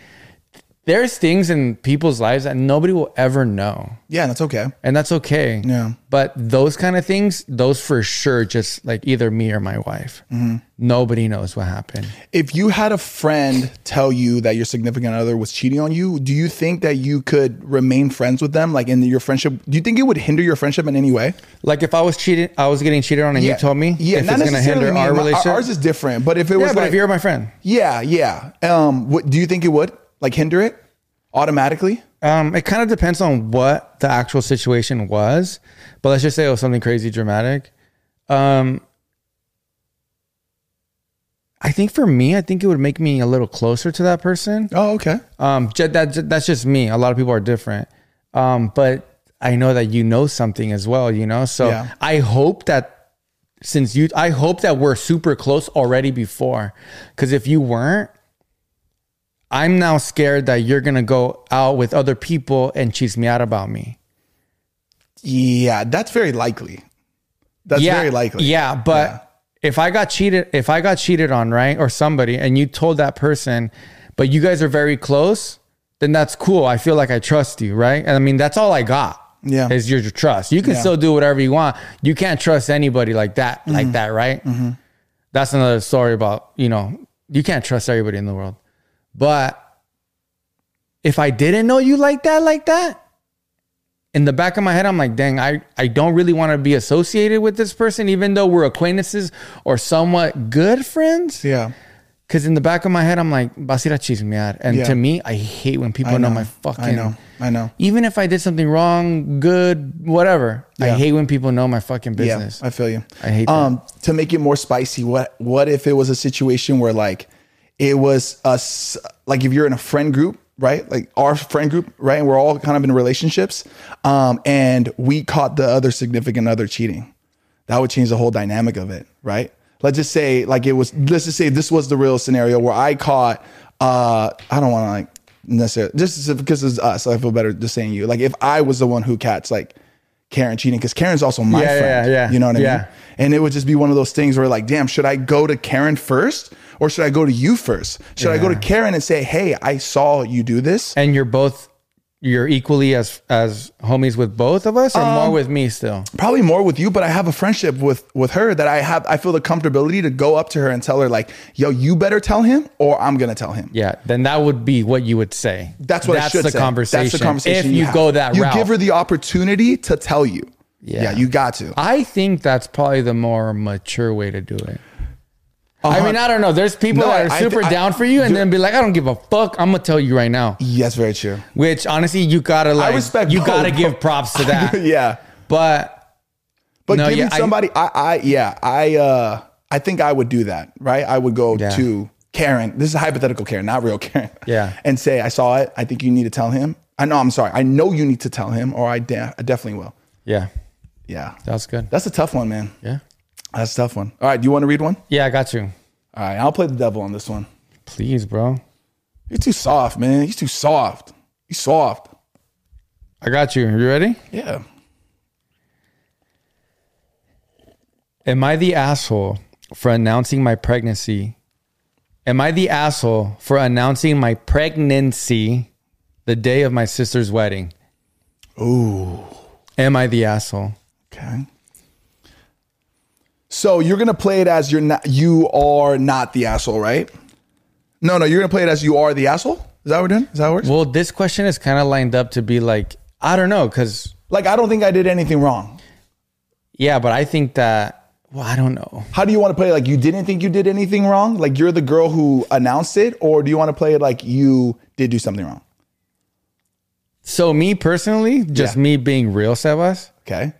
Speaker 3: there's things in people's lives that nobody will ever know.
Speaker 2: yeah, that's okay.
Speaker 3: And that's okay.
Speaker 2: Yeah.
Speaker 3: But those kind of things, those for sure, just like either me or my wife.
Speaker 2: Mm-hmm.
Speaker 3: Nobody knows what happened.
Speaker 2: If you had a friend tell you that your significant other was cheating on you, do you think that you could remain friends with them? Like in your friendship, do you think it would hinder your friendship in any way?
Speaker 3: Like if I was cheating, I was getting cheated on, and you told me,
Speaker 2: yeah,
Speaker 3: if
Speaker 2: not
Speaker 3: it's going to
Speaker 2: necessarily
Speaker 3: hinder
Speaker 2: me.
Speaker 3: our
Speaker 2: My-
Speaker 3: relationship.
Speaker 2: Ours is different, but if it
Speaker 3: yeah,
Speaker 2: was
Speaker 3: but
Speaker 2: like,
Speaker 3: if you're my friend,
Speaker 2: yeah, yeah, um, what do you think it would like hinder it automatically?
Speaker 3: um, it kind of depends on what the actual situation was. But let's just say it was something crazy dramatic. Um, I think for me, I think it would make me a little closer to that person.
Speaker 2: Oh, okay.
Speaker 3: Um, ju- that ju- that's just me. A lot of people are different. Um, but I know that you know something as well. You know, so
Speaker 2: Yeah.
Speaker 3: I hope that since you, I hope that we're super close already before, because if you weren't, I'm now scared that you're gonna go out with other people and cheese me out about me.
Speaker 2: Yeah, that's very likely. That's very likely.
Speaker 3: Yeah, but if I got cheated, if I got cheated on, right, or somebody, and you told that person, but you guys are very close, then that's cool. I feel like I trust you, right? And I mean, that's all I got.
Speaker 2: Yeah.
Speaker 3: is your trust. You can still do whatever you want. You can't trust anybody like that,
Speaker 2: Mm-hmm.
Speaker 3: like that, right? That's another story about you know you can't trust everybody in the world, but if I didn't know you like that, like that, in the back of my head, I'm like, dang, I, I don't really want to be associated with this person, even though we're acquaintances or somewhat good friends.
Speaker 2: Yeah.
Speaker 3: Because in the back of my head, I'm like, vas a ir a chismear. And
Speaker 2: Yeah.
Speaker 3: to me, I hate when people know, Oh, my fucking.
Speaker 2: I know. I know.
Speaker 3: Even if I did something wrong, good, whatever, I
Speaker 2: Yeah.
Speaker 3: hate when people know my fucking business.
Speaker 2: Yeah, I feel you.
Speaker 3: I hate that.
Speaker 2: Um, to make it more spicy, what what if it was a situation where like it was us like if you're in a friend group, right? Like our friend group, right? And we're all kind of in relationships, um, and we caught the other significant other cheating. That would change the whole dynamic of it, right? Let's just say like it was. Let's just say this was the real scenario where I caught. Uh, I don't want to like necessarily just because it's us. I feel better just saying you. Like if I was the one who catch like Karen cheating because Karen's also my
Speaker 3: Yeah,
Speaker 2: friend.
Speaker 3: yeah, yeah.
Speaker 2: You know what I
Speaker 3: Yeah.
Speaker 2: mean? And it would just be one of those things where like, damn, should I go to Karen first or should I go to you first? Should I go to Karen and say, hey, I saw you do this?
Speaker 3: and you're both, you're equally as as homies with both of us or
Speaker 2: Um,
Speaker 3: more with me still?
Speaker 2: Probably more with you, but I have a friendship with with her that I have. I feel the comfortability to go up to her and tell her like, yo, you better tell him or I'm gonna tell him.
Speaker 3: Yeah, then that would be what you would say.
Speaker 2: That's what I should
Speaker 3: the
Speaker 2: say.
Speaker 3: conversation.
Speaker 2: That's the conversation.
Speaker 3: If you,
Speaker 2: have.
Speaker 3: go that
Speaker 2: you
Speaker 3: route,
Speaker 2: give her the opportunity to tell you. Yeah, you got to.
Speaker 3: I think that's probably the more mature way to do it. I mean, I don't know. There's people
Speaker 2: No,
Speaker 3: that are
Speaker 2: I- I
Speaker 3: super
Speaker 2: thi- I-
Speaker 3: down for you, and then be like, "I don't give a fuck. I'm gonna tell you right now."
Speaker 2: yes, very true.
Speaker 3: Which honestly, you gotta like,
Speaker 2: respect
Speaker 3: you
Speaker 2: both,
Speaker 3: gotta
Speaker 2: bro.
Speaker 3: give props to that.
Speaker 2: <laughs> yeah.
Speaker 3: But
Speaker 2: But
Speaker 3: No,
Speaker 2: giving
Speaker 3: yeah, I-
Speaker 2: somebody, I, I, yeah, I, uh, I think I would do that, right? I would go
Speaker 3: Yeah.
Speaker 2: to Karen. This is a hypothetical Karen, not real <laughs> Karen.
Speaker 3: Yeah.
Speaker 2: And say, I saw it. I think you need to tell him. I know. I'm sorry. I know you need to tell him, or I, de- I definitely will.
Speaker 3: yeah,
Speaker 2: Yeah.
Speaker 3: that was good.
Speaker 2: That's a tough one, man.
Speaker 3: Yeah,
Speaker 2: That's a tough one. All right. Do you want to read one?
Speaker 3: yeah, I got you.
Speaker 2: All right. I'll play the devil on this one.
Speaker 3: Please, bro,
Speaker 2: You're too soft, man. You're too soft. You soft.
Speaker 3: I got you. You ready?
Speaker 2: Yeah.
Speaker 3: Am I the asshole for announcing my pregnancy? Am I the asshole for announcing my pregnancy the day of my sister's wedding?
Speaker 2: Ooh.
Speaker 3: Am I the asshole?
Speaker 2: Okay. So you're gonna play it as you're not you are not the asshole, right? No, no, you're gonna play it as you are the asshole? Is that what we're doing? Is that how it works?
Speaker 3: Well, this question is kind of lined up to be like, I don't know, because
Speaker 2: Like I don't think I did anything wrong.
Speaker 3: Yeah, but I think that well, I don't know.
Speaker 2: How do you want to play it? Like you didn't think you did anything wrong? Like you're the girl who announced it, or do you want to play it like you did do something wrong?
Speaker 3: So me personally, just
Speaker 2: Yeah.
Speaker 3: me being real, Sebas,
Speaker 2: Okay.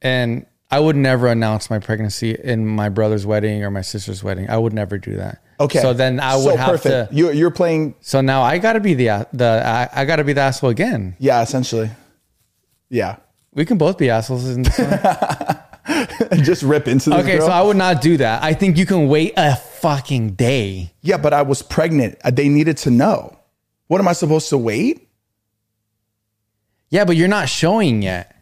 Speaker 3: and I would never announce my pregnancy in my brother's wedding or my sister's wedding. I would never do that.
Speaker 2: Okay.
Speaker 3: So then I would
Speaker 2: So
Speaker 3: have to.
Speaker 2: You, you're playing,
Speaker 3: So now I got to be the the I, I got to be the asshole again.
Speaker 2: yeah, essentially. Yeah. <laughs>
Speaker 3: We can both be assholes. Isn't
Speaker 2: Just rip into this
Speaker 3: okay,
Speaker 2: girl.
Speaker 3: so I would not do that. I think you can wait a fucking day.
Speaker 2: yeah, but I was pregnant. Uh, They needed to know. What am I supposed to wait?
Speaker 3: Yeah, but you're not showing yet.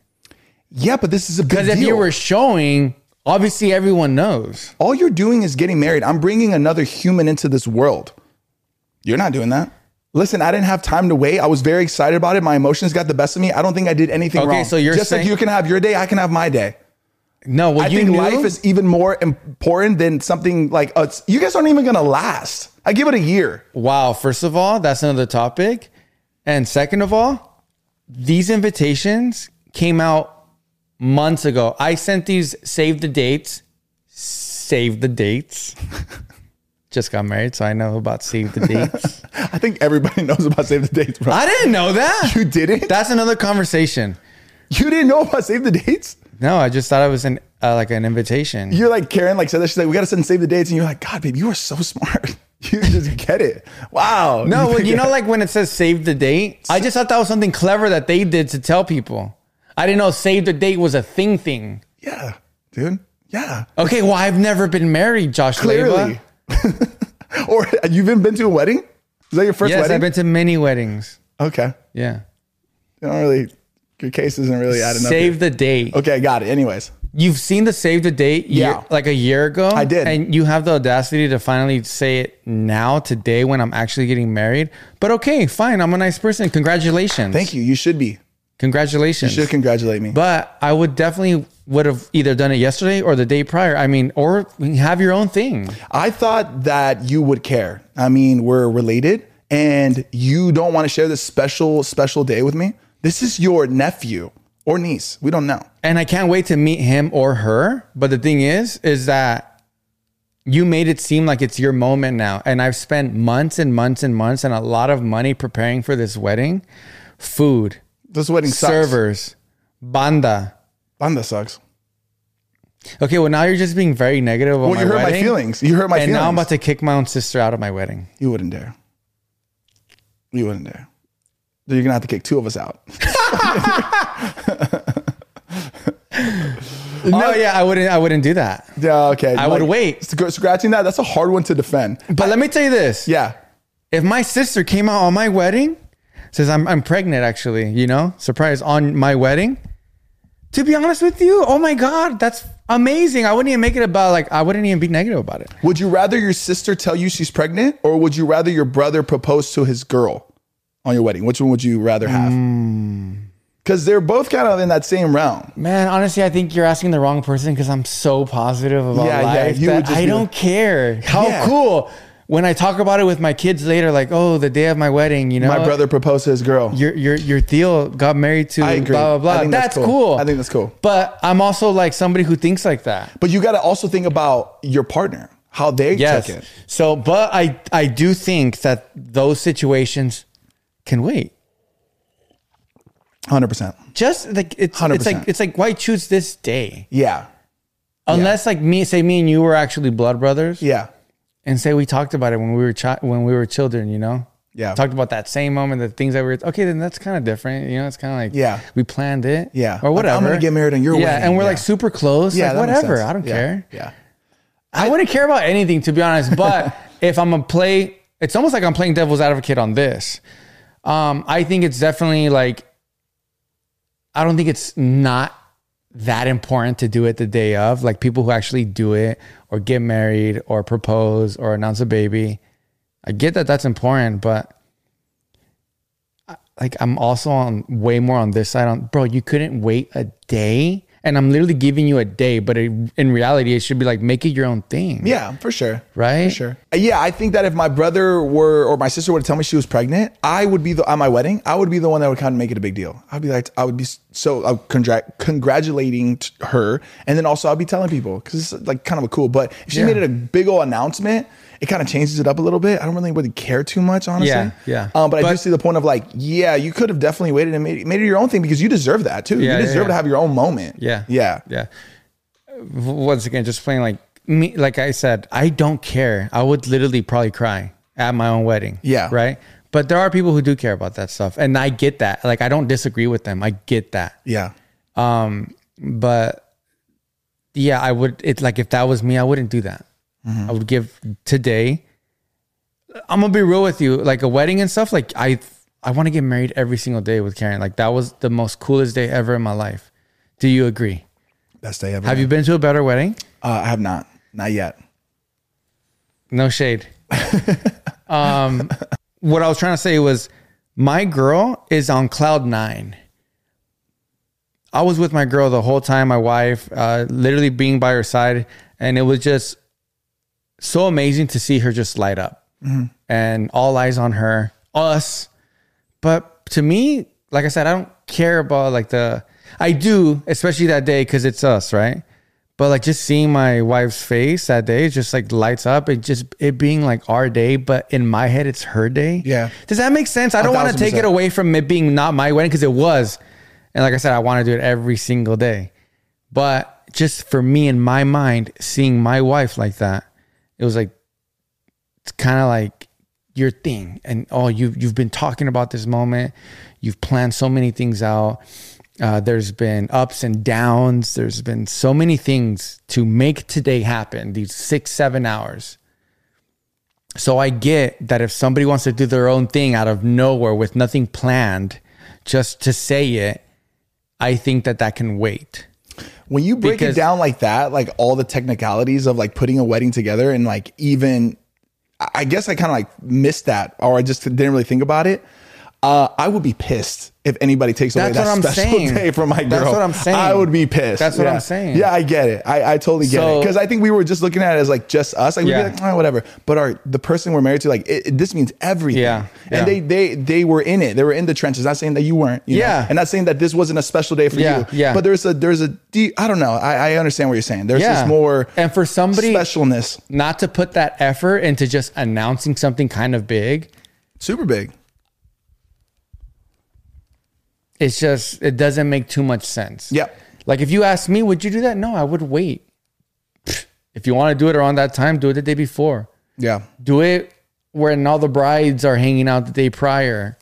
Speaker 2: Yeah, but this is a big
Speaker 3: Because
Speaker 2: deal.
Speaker 3: if you were showing, obviously everyone knows.
Speaker 2: All you're doing is getting married. I'm bringing another human into this world. You're not doing that. Listen, I didn't have time to wait. I was very excited about it. My emotions got the best of me. I don't think I did anything
Speaker 3: Okay,
Speaker 2: wrong.
Speaker 3: so you're
Speaker 2: just
Speaker 3: saying-
Speaker 2: like you can have your day, I can have my day.
Speaker 3: No, well,
Speaker 2: I
Speaker 3: you
Speaker 2: think
Speaker 3: knew.
Speaker 2: life is even more important than something like uh, it's- you guys aren't even gonna last. I give it a year.
Speaker 3: wow. First of all, that's another topic, and second of all, these invitations came out months ago. I sent these. Save the dates. Save the <laughs> dates. Just got married, so I know about save the dates.
Speaker 2: I think everybody <laughs> knows about save the dates,
Speaker 3: <laughs>
Speaker 2: bro.
Speaker 3: I didn't know that.
Speaker 2: you didn't?
Speaker 3: That's another conversation.
Speaker 2: you didn't know about save the dates?
Speaker 3: No, I just thought it was an uh, like an invitation.
Speaker 2: You're like Karen, like said that she's like, we gotta send save the dates, and you're like, God, babe, you are so <laughs> smart. You just get it. Wow.
Speaker 3: <laughs> No,
Speaker 2: You
Speaker 3: well,
Speaker 2: think
Speaker 3: you know, like when it says save the date, I just thought that was something clever that they did to tell people. I didn't know save the date was a thing thing.
Speaker 2: Yeah, dude. Yeah,
Speaker 3: Okay, well, I've never been married, Josh. Leyva.
Speaker 2: clearly. <laughs> or uh, you've been been to a wedding? Is that your first
Speaker 3: Yes, I've
Speaker 2: wedding?
Speaker 3: been to many weddings.
Speaker 2: okay.
Speaker 3: Yeah.
Speaker 2: You don't really. Your case isn't really adding up. here.
Speaker 3: Save the date.
Speaker 2: Okay, got it. Anyways,
Speaker 3: You've seen the save the date year-
Speaker 2: Yeah.
Speaker 3: like a year ago. I
Speaker 2: did.
Speaker 3: And you have the audacity to finally say it now, today, when I'm actually getting married. But okay, fine. I'm a nice person. Congratulations.
Speaker 2: thank you. You should be.
Speaker 3: Congratulations.
Speaker 2: You should congratulate me.
Speaker 3: But I would definitely would have either done it yesterday or the day prior. I mean, or have your own thing.
Speaker 2: I thought that you would care. I mean, we're related, and you don't want to share this special, special day with me. This is your nephew or niece. We don't know.
Speaker 3: And I can't wait to meet him or her. But the thing is, is that you made it seem like it's your moment now. And I've spent months and months and months and a lot of money preparing for this wedding. Food,
Speaker 2: This wedding sucks.
Speaker 3: servers, banda.
Speaker 2: Banda sucks.
Speaker 3: Okay, well now you're just being very negative on
Speaker 2: Well,
Speaker 3: my
Speaker 2: you hurt
Speaker 3: wedding.
Speaker 2: my feelings. You hurt my
Speaker 3: and
Speaker 2: feelings.
Speaker 3: now I'm about to kick my own sister out of my wedding.
Speaker 2: You wouldn't dare. You wouldn't dare. Dude, You're gonna have to kick two of us out.
Speaker 3: oh yeah, I wouldn't. I wouldn't do that.
Speaker 2: <laughs> yeah, okay. I
Speaker 3: would wait.
Speaker 2: Scratching that, that's a hard one to defend.
Speaker 3: But let me tell you this.
Speaker 2: Yeah.
Speaker 3: if my sister came out on my wedding, says I'm I'm pregnant actually, you know, surprise on my wedding. To be honest with you, oh my god, that's amazing. I wouldn't even make it about like I wouldn't even be negative about it.
Speaker 2: Would you rather your sister tell you she's pregnant or would you rather your brother propose to his girl on your wedding? Which one would you rather have? Mm. Because they're both kind of in that same realm.
Speaker 3: Man, honestly, I think you're asking the wrong person because I'm so positive about
Speaker 2: Yeah, yeah,
Speaker 3: life
Speaker 2: you would
Speaker 3: that
Speaker 2: just
Speaker 3: I
Speaker 2: be
Speaker 3: don't
Speaker 2: like-
Speaker 3: care. How
Speaker 2: Yeah.
Speaker 3: cool when I talk about it with my kids later, like, oh, the day of my wedding, you know,
Speaker 2: My brother proposed to his girl.
Speaker 3: your your your deal got married to
Speaker 2: I
Speaker 3: blah
Speaker 2: agree.
Speaker 3: blah blah.
Speaker 2: I think
Speaker 3: that's cool.
Speaker 2: I think that's cool.
Speaker 3: But I'm also like somebody who thinks like that.
Speaker 2: But you got to also think about your partner, how they
Speaker 3: Yes.
Speaker 2: took it.
Speaker 3: So, but I I do think that those situations can wait.
Speaker 2: 100%.
Speaker 3: Just like it's it's
Speaker 2: 100%.
Speaker 3: like it's like why choose this day?
Speaker 2: Yeah.
Speaker 3: Unless like me say me and you were actually blood brothers
Speaker 2: Yeah.
Speaker 3: and say we talked about it when we were chi- when we were children, you know?
Speaker 2: Yeah.
Speaker 3: Talked about that same moment, the things that we were okay, then that's kind of different. You know, it's kind of like
Speaker 2: Yeah.
Speaker 3: we planned it. Or
Speaker 2: Yeah. Like, I'm
Speaker 3: whatever.
Speaker 2: gonna get married on your
Speaker 3: yeah,
Speaker 2: wedding.
Speaker 3: And we're like
Speaker 2: Yeah.
Speaker 3: super close.
Speaker 2: Yeah.
Speaker 3: like
Speaker 2: that makes
Speaker 3: whatever.
Speaker 2: sense.
Speaker 3: I don't
Speaker 2: Yeah.
Speaker 3: care.
Speaker 2: Yeah.
Speaker 3: I wouldn't care about anything to be honest.
Speaker 2: <laughs>
Speaker 3: But if I'm gonna play, it's almost like I'm playing devil's advocate on this. Um, I think it's definitely like I don't think it's not that important to do it the day of. Like people who actually do it or get married or propose or announce a baby. I get that that's important, but I- like I'm also on way more on this side on bro, you couldn't wait a day and I'm literally giving you a day, but it, in reality, it should be like make it your own thing.
Speaker 2: Yeah, for sure.
Speaker 3: Right?
Speaker 2: For sure. Uh, Yeah, I think that if my brother were or my sister were to tell me she was pregnant, I would be the at my wedding. I would be the one that would kind of make it a big deal. I'd be like, I would be so uh, congra- congratulating t- her, and then also I'd be telling people because it's like kind of a cool. But if she
Speaker 3: Yeah.
Speaker 2: made it a big old announcement, it kind of changes it up a little bit. I don't really really care too much, honestly.
Speaker 3: Yeah, yeah.
Speaker 2: Um, but, I do
Speaker 3: But-
Speaker 2: see the point of like, yeah, you could have definitely waited and made, made it your own thing because you deserve that too.
Speaker 3: Yeah,
Speaker 2: you
Speaker 3: yeah,
Speaker 2: deserve to
Speaker 3: yeah.
Speaker 2: have your own moment.
Speaker 3: Yeah.
Speaker 2: Yeah.
Speaker 3: Yeah. W- Once again, just playing like me, like I said, I don't care. I would literally probably cry at my own wedding.
Speaker 2: Yeah.
Speaker 3: Right. But there are people who do care about that stuff. And I get that. Like, I don't disagree with them. I get that.
Speaker 2: Yeah.
Speaker 3: Um, but yeah, I would, it like, if that was me, I wouldn't do that.
Speaker 2: Mm-hmm.
Speaker 3: I would give today. I'm gonna be real with you. Like a wedding and stuff, like I, I want to get married every single day with Karen. Like that was the most coolest day ever in my life. Do you agree?
Speaker 2: Best day ever.
Speaker 3: Have you been to a better wedding?
Speaker 2: Uh, I have not. Not yet.
Speaker 3: No shade. <laughs> um, what I was trying to say was my girl is on cloud nine. I was with my girl the whole time, my wife, uh, literally being by her side. And it was just so amazing to see her just light up and all eyes on her, us. But to me, like I said, I don't care about like the, I do, especially that day because it's us, right? But like just seeing my wife's face that day it just like lights up. It just, it being like our day, but in my head, it's her day.
Speaker 2: Yeah.
Speaker 3: Does that make sense? I don't want to
Speaker 2: thousand
Speaker 3: take it
Speaker 2: percent.
Speaker 3: away from it being not my wedding because it was. And like I said, I want to do it every single day. But just for me in my mind, seeing my wife like that, it was like it's kind of like your thing. And oh, you you've been talking about this moment. You've planned so many things out. Uh, there's been ups and downs. There's been so many things to make today happen. These six seven hours. So I get that if somebody wants to do their own thing out of nowhere with nothing planned, just to say it, I think that that can wait.
Speaker 2: when you break
Speaker 3: Because-
Speaker 2: it down like that, like all the technicalities of like putting a wedding together and like even, I I guess I kind of like missed that or I just didn't really think about it. Uh, I would be pissed if anybody takes away
Speaker 3: That's
Speaker 2: that
Speaker 3: what I'm
Speaker 2: special
Speaker 3: saying.
Speaker 2: day from my girl.
Speaker 3: That's what I'm saying.
Speaker 2: I would be pissed.
Speaker 3: That's what
Speaker 2: Yeah.
Speaker 3: I'm saying.
Speaker 2: Yeah, I get it. I, I totally get it
Speaker 3: So-
Speaker 2: because I think we were just looking at it as like just us. Like we'd
Speaker 3: Yeah.
Speaker 2: be like, "Ah, whatever. But our the person we're married to, like it, it- this means everything.
Speaker 3: Yeah. Yeah.
Speaker 2: And they they they were in it. They were in the trenches. Not saying that you weren't. you know?
Speaker 3: Yeah.
Speaker 2: And not saying that this wasn't a special day for
Speaker 3: Yeah,
Speaker 2: you.
Speaker 3: yeah.
Speaker 2: But there's a there's a deep I don't know. I, I understand what you're saying. There's
Speaker 3: Yeah.
Speaker 2: this more
Speaker 3: And for somebody
Speaker 2: specialness.
Speaker 3: not to put that effort into just announcing something kind of big,
Speaker 2: Super big.
Speaker 3: it's just it doesn't make too much sense.
Speaker 2: Yep.
Speaker 3: Like if you ask me, would you do that? No, I would wait. Pfft, If you want to do it around that time, do it the day before.
Speaker 2: Yeah.
Speaker 3: do it when all the brides are hanging out the day prior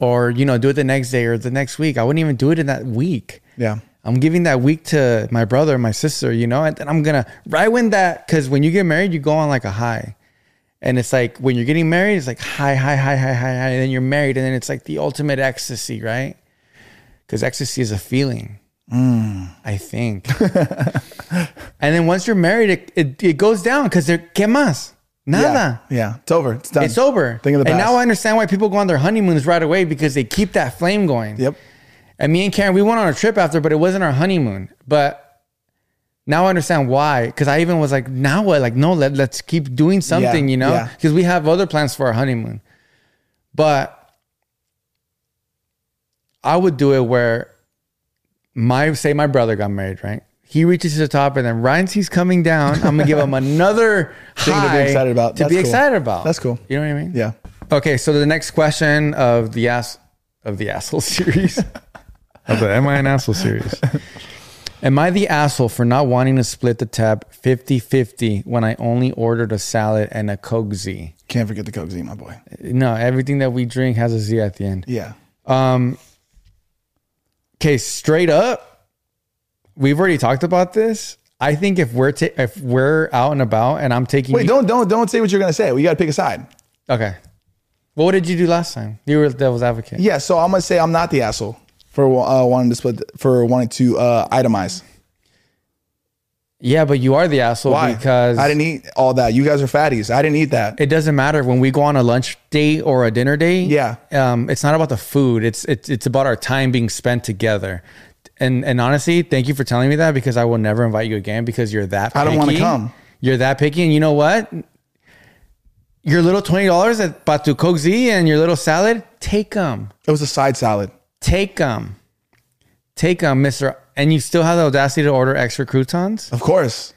Speaker 3: or you know do it the next day or the next week i wouldn't even do it in that week
Speaker 2: Yeah.
Speaker 3: i'm giving that week to my brother and my sister you know and then i'm gonna right when that because when you get married you go on like a high and it's like when you're getting married it's like high high high high high high and then you're married and then it's like the ultimate ecstasy right because ecstasy is a feeling
Speaker 2: Mm.
Speaker 3: i
Speaker 2: <laughs>
Speaker 3: think <laughs> and then once you're married it, it, it goes down because there que mas nada
Speaker 2: Yeah. Yeah. It's over. It's
Speaker 3: Ah.
Speaker 2: done.
Speaker 3: it's over.
Speaker 2: Think of the
Speaker 3: and
Speaker 2: past.
Speaker 3: now I understand why people go on their honeymoons right away because they keep that flame going.
Speaker 2: Yep.
Speaker 3: And me and Karen, we went on a trip after, but it wasn't our honeymoon. But now I understand why. Because I even was like, now what? Like, no, let, let's keep doing something,
Speaker 2: Yeah,
Speaker 3: you know?
Speaker 2: yeah.
Speaker 3: Because we have other plans for our honeymoon. But I would do it where my say my brother got married, right? He reaches to the top, and then Ryan's he's coming down. I'm gonna give
Speaker 2: <laughs>
Speaker 3: him another
Speaker 2: Thing to be
Speaker 3: high
Speaker 2: excited about.
Speaker 3: To
Speaker 2: That's
Speaker 3: be
Speaker 2: cool.
Speaker 3: excited about.
Speaker 2: That's cool.
Speaker 3: You know what I mean?
Speaker 2: Yeah.
Speaker 3: Okay, so the next question of the ass of the asshole <laughs> series. of the Am I an asshole series? <laughs> Am I the asshole for not wanting to split the tab 50-50 when I only ordered a salad and a Coke Z?
Speaker 2: Can't forget the Coke Z, my boy.
Speaker 3: No, everything that we drink has a Z at the end.
Speaker 2: Yeah.
Speaker 3: Okay, straight up, we've already talked about this. I think if we're ta- if we're out and about and I'm taking
Speaker 2: Wait, don't don't don't say what you're gonna say. We gotta pick a side.
Speaker 3: okay. Well, what did you do last time? You were the devil's advocate.
Speaker 2: Yeah, so I'm gonna say I'm not the asshole for uh, wanting to split for wanting to uh, itemize.
Speaker 3: Yeah, but you are the asshole
Speaker 2: Why?
Speaker 3: because
Speaker 2: I didn't eat all that. You guys are fatties. I didn't eat that.
Speaker 3: it doesn't matter when we go on a lunch date or a dinner date.
Speaker 2: Yeah.
Speaker 3: Um, it's not about the food. It's it's it's about our time being spent together. and and honestly, thank you for telling me that because I will never invite you again because you're that. Picky.
Speaker 2: I don't wanna come.
Speaker 3: You're that picky, and you know what? Your little twenty dollars at Batu Coke Z and your little salad, take them,
Speaker 2: It was a side salad.
Speaker 3: take them, take them, Mister. And you still have the audacity to order extra croutons.
Speaker 2: Of course.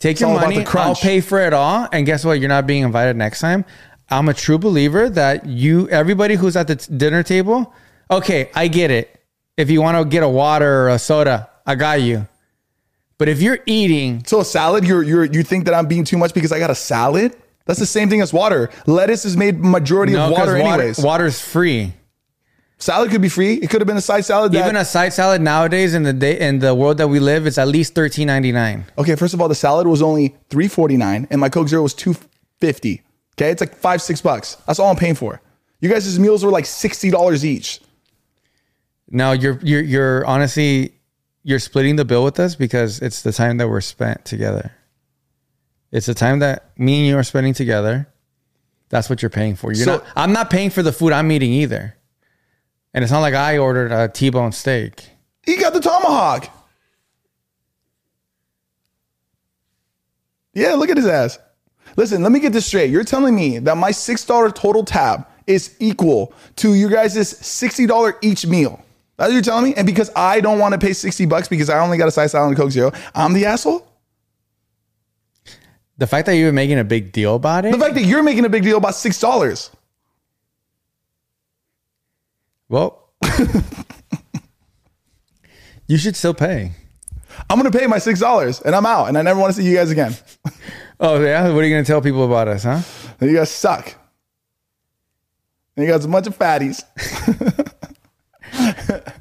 Speaker 3: Take your
Speaker 2: all about
Speaker 3: money.
Speaker 2: the crunch.
Speaker 3: I'll pay for it all. And guess what? You're not being invited next time. I'm a true believer that you, everybody who's at the t- dinner table, okay, I get it. If you want to get a water or a soda, I got you. But if you're eating,
Speaker 2: So a salad, you're you're you think that I'm being too much because I got a salad? That's the same thing as water. Lettuce is made majority
Speaker 3: no,
Speaker 2: of
Speaker 3: 'cause
Speaker 2: water,
Speaker 3: water
Speaker 2: anyways.
Speaker 3: water's free.
Speaker 2: salad could be free. It could have been a side salad. That,
Speaker 3: Even a side salad nowadays in the day in the world that we live, it's at least thirteen ninety nine.
Speaker 2: okay, first of all, the salad was only three forty nine, and my Coke Zero was two fifty. Okay, it's like five six bucks. That's all I'm paying for. You guys' meals were like sixty dollars each.
Speaker 3: Now you're you're you're honestly you're splitting the bill with us because it's the time that we're spent together. It's the time that me and you are spending together. That's what you're paying for. You're
Speaker 2: So-
Speaker 3: not, I'm not paying for the food I'm eating either. And it's not like I ordered a T-bone steak.
Speaker 2: He got the tomahawk. Yeah, look at his ass. Listen, let me get this straight. You're telling me that my $6 total tab is equal to you guys' $60 each meal. That's what you're telling me? And because I don't want to pay 60 bucks because I only got a size salad and Coke Zero, I'm the asshole?
Speaker 3: The fact that you're making a big deal about it.
Speaker 2: The fact that you're making a big deal about $6.
Speaker 3: well, <laughs> you should still pay.
Speaker 2: I'm going to pay my $6 and I'm out and I never want to see you guys again.
Speaker 3: Oh yeah, what are you gonna tell people about us, huh?
Speaker 2: And you guys suck. And you guys are a bunch of fatties.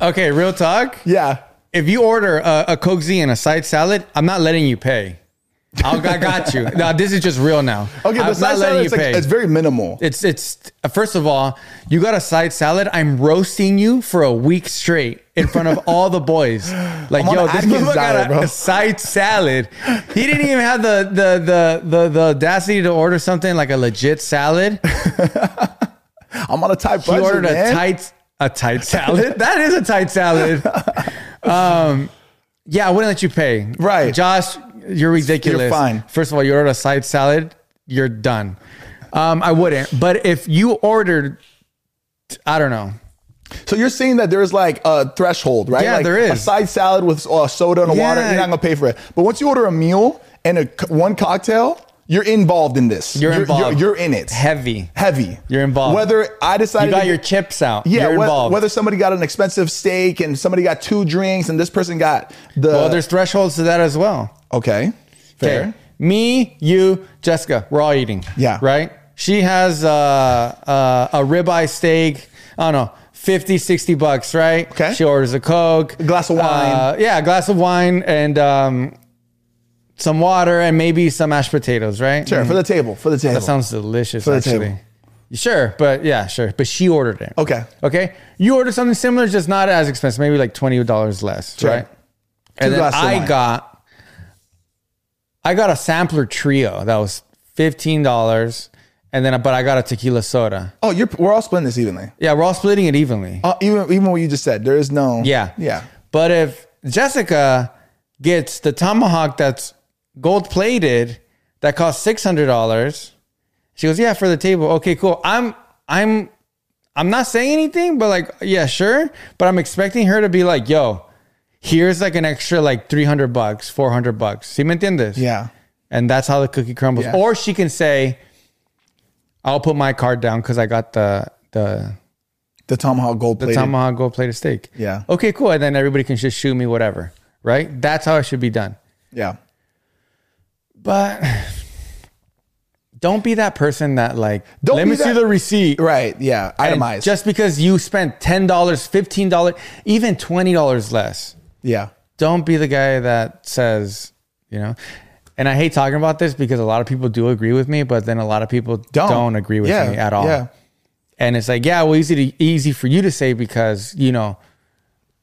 Speaker 3: Okay, real talk.
Speaker 2: Yeah.
Speaker 3: if you order a, a Coke Z and a side salad, I'm not letting you pay. I'll, I got
Speaker 2: <laughs>
Speaker 3: you. Now this is just real now.
Speaker 2: Okay, the
Speaker 3: I'm
Speaker 2: side salad is like, it's very minimal.
Speaker 3: it's it's first of all, you got a side salad. I'm roasting you for a week straight in front of all the
Speaker 2: <laughs>
Speaker 3: boys. Like,
Speaker 2: on
Speaker 3: yo,
Speaker 2: an
Speaker 3: this
Speaker 2: Atkins
Speaker 3: motherfucker
Speaker 2: diet,
Speaker 3: got a,
Speaker 2: bro.
Speaker 3: a side salad. He didn't even have the the the the the audacity to order something like a legit salad.
Speaker 2: I'm on a tight
Speaker 3: He
Speaker 2: budget,
Speaker 3: ordered a
Speaker 2: man.
Speaker 3: tight a
Speaker 2: <laughs>
Speaker 3: tight salad. that is a tight salad. Um, yeah, I wouldn't let you pay.
Speaker 2: Right.
Speaker 3: Josh, you're ridiculous.
Speaker 2: fine.
Speaker 3: First of all, you ordered a side salad. You're done. Um, I wouldn't. But if you ordered, I don't know.
Speaker 2: so you're saying that there's like a threshold, right?
Speaker 3: Yeah,
Speaker 2: Like
Speaker 3: there is.
Speaker 2: A side salad with uh, soda and a water,
Speaker 3: Yeah.
Speaker 2: you're not gonna pay for it. But once you order a meal and a co- one cocktail, you're involved in this.
Speaker 3: You're involved.
Speaker 2: You're, in it.
Speaker 3: Heavy.
Speaker 2: Heavy.
Speaker 3: You're involved.
Speaker 2: Whether I decided
Speaker 3: You got
Speaker 2: to-
Speaker 3: your chips out.
Speaker 2: yeah,
Speaker 3: You're
Speaker 2: whe-
Speaker 3: involved.
Speaker 2: whether somebody got an expensive steak and somebody got two drinks and this person got the
Speaker 3: well, there's thresholds to that as well.
Speaker 2: okay, fair.
Speaker 3: Okay. Me, you, Jessica, we're all eating.
Speaker 2: Yeah.
Speaker 3: Right? She has uh, uh, a ribeye steak. I don't know. 50, 60 bucks, right?
Speaker 2: Okay.
Speaker 3: She orders a Coke, a
Speaker 2: glass of wine.
Speaker 3: yeah, a glass of wine and um, some water and maybe some mashed potatoes, right?
Speaker 2: Sure, for the table, for the table.
Speaker 3: That sounds delicious,
Speaker 2: the
Speaker 3: actually.
Speaker 2: table.
Speaker 3: Sure, but yeah, sure. But she ordered it.
Speaker 2: okay.
Speaker 3: Okay. You ordered something similar, just not as expensive, maybe like twenty dollars less,
Speaker 2: Sure.
Speaker 3: right? And then
Speaker 2: glasses of
Speaker 3: I
Speaker 2: wine.
Speaker 3: got, I got a sampler trio that was fifteen dollars, and then but I got a tequila soda.
Speaker 2: Oh, you're we're all splitting this evenly.
Speaker 3: Yeah, we're all splitting it evenly.
Speaker 2: Uh, even even what you just said, there is no
Speaker 3: Yeah,
Speaker 2: yeah.
Speaker 3: But if Jessica gets the tomahawk that's gold plated that costs six hundred dollars, she goes, "Yeah, for the table. Okay, cool. I'm, I'm, I'm not saying anything, but like, yeah, sure. But I'm expecting her to be like, yo." Here's like an extra like 300 bucks, 400 bucks. See, me entiendes?
Speaker 2: Yeah.
Speaker 3: And that's how the cookie crumbles.
Speaker 2: Yeah.
Speaker 3: Or she can say, I'll put my card down because I got the the
Speaker 2: The tomahawk gold plated.
Speaker 3: Tomahawk gold plated steak.
Speaker 2: Yeah.
Speaker 3: Okay, cool. And then everybody can just shoot me whatever, right? That's how it should be done.
Speaker 2: yeah.
Speaker 3: But <sighs> don't be that person that like
Speaker 2: Don't
Speaker 3: let
Speaker 2: be
Speaker 3: me see
Speaker 2: that-
Speaker 3: the receipt.
Speaker 2: Right. Yeah.
Speaker 3: And
Speaker 2: Itemized.
Speaker 3: Just because you spent ten dollars, fifteen dollars, even twenty dollars less.
Speaker 2: yeah.
Speaker 3: Don't be the guy that says, you know. And I hate talking about this because a lot of people do agree with me, but then a lot of people don't, agree with
Speaker 2: Yeah,
Speaker 3: me at all.
Speaker 2: Yeah.
Speaker 3: And it's like, yeah, well, easy to easy for you to say because you know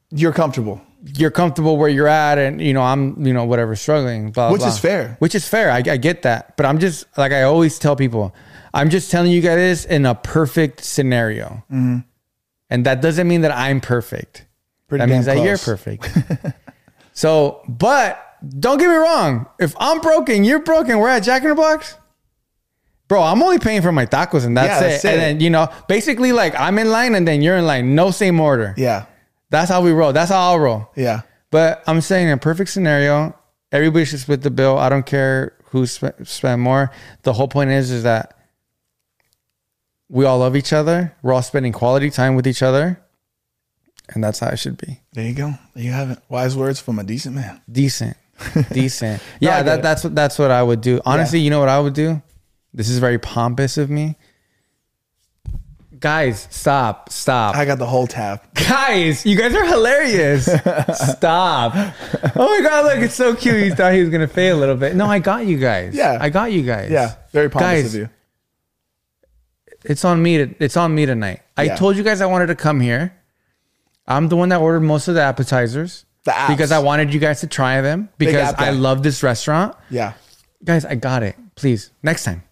Speaker 2: You're comfortable.
Speaker 3: you're comfortable where you're at and you know i'm you know whatever struggling blah
Speaker 2: Which
Speaker 3: blah.
Speaker 2: is fair.
Speaker 3: which is fair I, I get that but i'm just like i always tell people i'm just telling you guys
Speaker 2: Mm-hmm.
Speaker 3: this in a perfect scenario and that doesn't mean that i'm perfect
Speaker 2: Pretty
Speaker 3: that
Speaker 2: damn
Speaker 3: means that you're
Speaker 2: close.
Speaker 3: perfect.
Speaker 2: <laughs>
Speaker 3: so, but don't get me wrong. If I'm broken, you're broken. We're at Jack in the Box. Bro, I'm only paying for my tacos and that's,
Speaker 2: Yeah, that's
Speaker 3: it.
Speaker 2: it.
Speaker 3: And then, you know, basically like I'm in line and then you're in line. No same order.
Speaker 2: Yeah.
Speaker 3: That's how we roll. That's how I'll roll.
Speaker 2: Yeah.
Speaker 3: But I'm saying in a perfect scenario, everybody should split the bill. I don't care who sp- spent more. The whole point is is that we all love each other. We're all spending quality time with each other, and that's how it should be.
Speaker 2: There you go. There you have it. Wise words from a decent man. <laughs>
Speaker 3: Decent, decent.
Speaker 2: No, I
Speaker 3: Yeah,
Speaker 2: get
Speaker 3: that,
Speaker 2: it.
Speaker 3: that's what that's what I would do. Honestly, you know what I would do? This is very pompous of me. Guys, stop, stop.
Speaker 2: I got the whole tab.
Speaker 3: guys, you guys are hilarious. Stop. Oh my god, look, it's so cute. He thought he was gonna fail a little bit. No, I got you guys.
Speaker 2: Yeah.
Speaker 3: I got you guys.
Speaker 2: Yeah. Very pompous
Speaker 3: Guys,
Speaker 2: of you.
Speaker 3: It's on me. To, it's on me tonight. I
Speaker 2: Yeah.
Speaker 3: told you guys I wanted to come here. I'm the one that ordered most of the appetizers
Speaker 2: The apps.
Speaker 3: because I wanted you guys to try them because
Speaker 2: app
Speaker 3: I
Speaker 2: guy.
Speaker 3: love this restaurant.
Speaker 2: Yeah.
Speaker 3: Guys, I got it. Please, next time.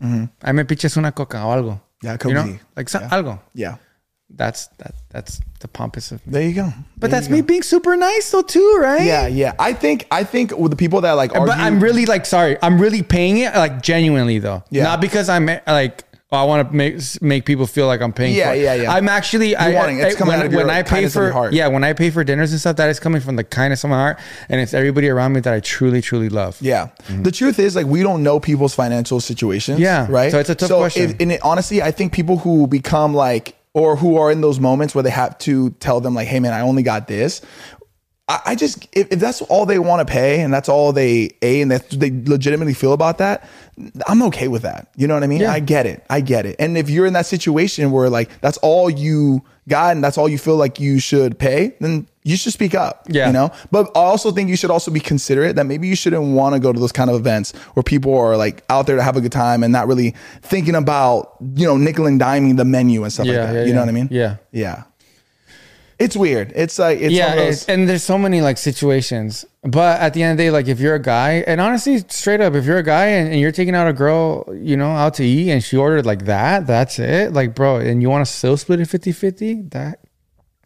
Speaker 3: I me piches una coca o algo.
Speaker 2: Mm-hmm. Yeah,
Speaker 3: you know,
Speaker 2: cozy.
Speaker 3: like so, algo.
Speaker 2: Yeah.
Speaker 3: That's that. That's the pompous of me.
Speaker 2: There you go.
Speaker 3: But that's me being super nice though too, right?
Speaker 2: Yeah, yeah. I think I think with the people that like argue,
Speaker 3: But I'm really like sorry. I'm really paying it like genuinely though.
Speaker 2: Yeah.
Speaker 3: Not because I'm like oh, I want to make make people feel like I'm paying.
Speaker 2: Yeah,
Speaker 3: for it.
Speaker 2: yeah, yeah.
Speaker 3: I'm actually I,
Speaker 2: wanting it. It's
Speaker 3: I-
Speaker 2: coming
Speaker 3: when,
Speaker 2: out of your
Speaker 3: when I pay
Speaker 2: kindness of
Speaker 3: for
Speaker 2: your heart.
Speaker 3: yeah when I pay for dinners and stuff that is coming from the kindness of my heart and it's everybody around me that I truly truly love.
Speaker 2: Yeah. The truth is, like, we don't know people's financial situations.
Speaker 3: Mm-hmm. Yeah.
Speaker 2: Right.
Speaker 3: So it's a tough question.
Speaker 2: If, and it, honestly, I think people who become like, or who are in those moments where they have to tell them, like, hey, man, I only got this. I, I just, if, if that's all they want to pay and that's all they a and that they legitimately feel about that, I'm okay with that. You know what I mean? I get it. I get it. And if you're in that situation where like that's all you got and that's all you feel like you should pay, then you should speak up.
Speaker 3: Yeah.
Speaker 2: You know? But I also think you should also be considerate that maybe you shouldn't want to go to those kind of events where people are like out there to have a good time and not really thinking about, you know, nickel and diming the menu and stuff
Speaker 3: Yeah,
Speaker 2: like that.
Speaker 3: yeah,
Speaker 2: you
Speaker 3: yeah.
Speaker 2: know what I mean?
Speaker 3: Yeah.
Speaker 2: Yeah. It's weird. It's like, it's one
Speaker 3: yeah,
Speaker 2: of those-
Speaker 3: it's- and there's so many like situations. But at the end of the day, like if you're a guy, and honestly, straight up, if you're a guy and, and you're taking out a girl, you know, out to eat and she ordered like that, that's it. Like, bro, and you want to still split it 50 50, that,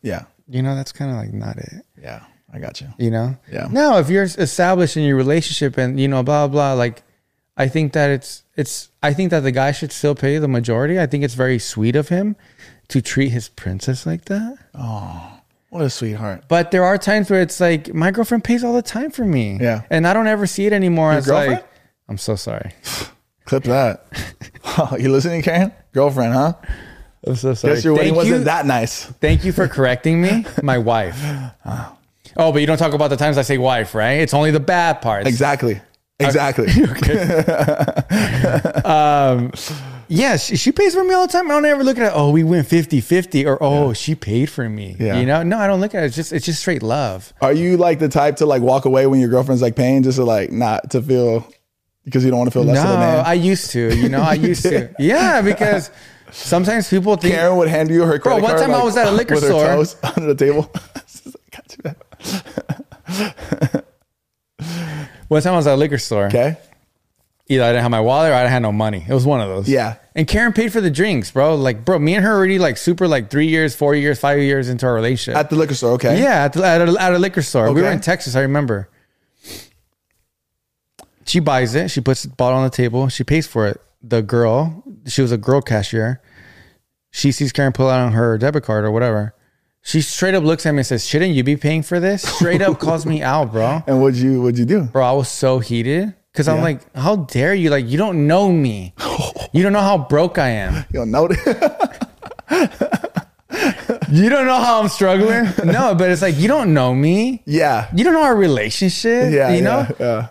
Speaker 2: yeah.
Speaker 3: you know, that's kind of like not it,
Speaker 2: Yeah. I got you.
Speaker 3: you know?
Speaker 2: Yeah.
Speaker 3: No, if you're established in your relationship and, you know, blah, blah, like, I think that it's, it's, I think that the guy should still pay the majority. I think it's very sweet of him to treat his princess like that.
Speaker 2: What a sweetheart.
Speaker 3: But there are times where it's like my girlfriend pays all the time for me.
Speaker 2: Yeah.
Speaker 3: And I don't ever see it anymore. It's
Speaker 2: girlfriend?
Speaker 3: like I'm so sorry.
Speaker 2: Clip <laughs> that. you listening, Karen? Girlfriend, huh?
Speaker 3: I'm so sorry.
Speaker 2: Guess your wedding
Speaker 3: thank you,
Speaker 2: wasn't that nice.
Speaker 3: thank you for correcting me, my wife. <laughs> Oh, but you don't talk about the times I say wife, right? It's only the bad parts.
Speaker 2: Exactly. Exactly. <laughs>
Speaker 3: <laughs> Um, Yeah, she, she pays for me all the time. I don't ever look at it. Oh, we went 50-50 or oh, she paid for me.
Speaker 2: Yeah.
Speaker 3: You know? No, I don't look at it. It's just it's just straight love.
Speaker 2: Are you like the type to like walk away when your girlfriend's like paying just to like not to feel because you don't want to feel less of a
Speaker 3: no,
Speaker 2: man?
Speaker 3: I used to, you know, I used
Speaker 2: <laughs>
Speaker 3: to. Yeah, because sometimes people think
Speaker 2: Karen would hand you her credit
Speaker 3: one
Speaker 2: card,
Speaker 3: time I
Speaker 2: like,
Speaker 3: was at a liquor
Speaker 2: with
Speaker 3: store.
Speaker 2: her toes <laughs> under the table. She's like, "Can't do that."
Speaker 3: one time I was at a liquor store.
Speaker 2: okay.
Speaker 3: either I didn't have my wallet or I had no money. It was one of those.
Speaker 2: Yeah.
Speaker 3: And Karen paid for the drinks, bro. Like, bro, me and her already like super like three years, four years, five years into our relationship.
Speaker 2: At the liquor store. Okay.
Speaker 3: yeah, at, the, at, a, at a liquor store. We were
Speaker 2: Okay.
Speaker 3: in Texas. I remember. She buys it. She puts the bottle on the table. She pays for it. The girl, she was a girl cashier. She sees Karen pull out on her debit card or whatever. She straight up looks at me and says, "Shouldn't you be paying for this?" Straight up calls me out, bro
Speaker 2: And what'd you what'd you do?
Speaker 3: bro i was so heated because i'm like how dare you like you don't know me you don't know how broke i am
Speaker 2: You don't know. <laughs>
Speaker 3: you don't know how i'm struggling no but it's like you don't know me
Speaker 2: yeah.
Speaker 3: you don't know our relationship
Speaker 2: Yeah.
Speaker 3: you
Speaker 2: yeah,
Speaker 3: know
Speaker 2: yeah.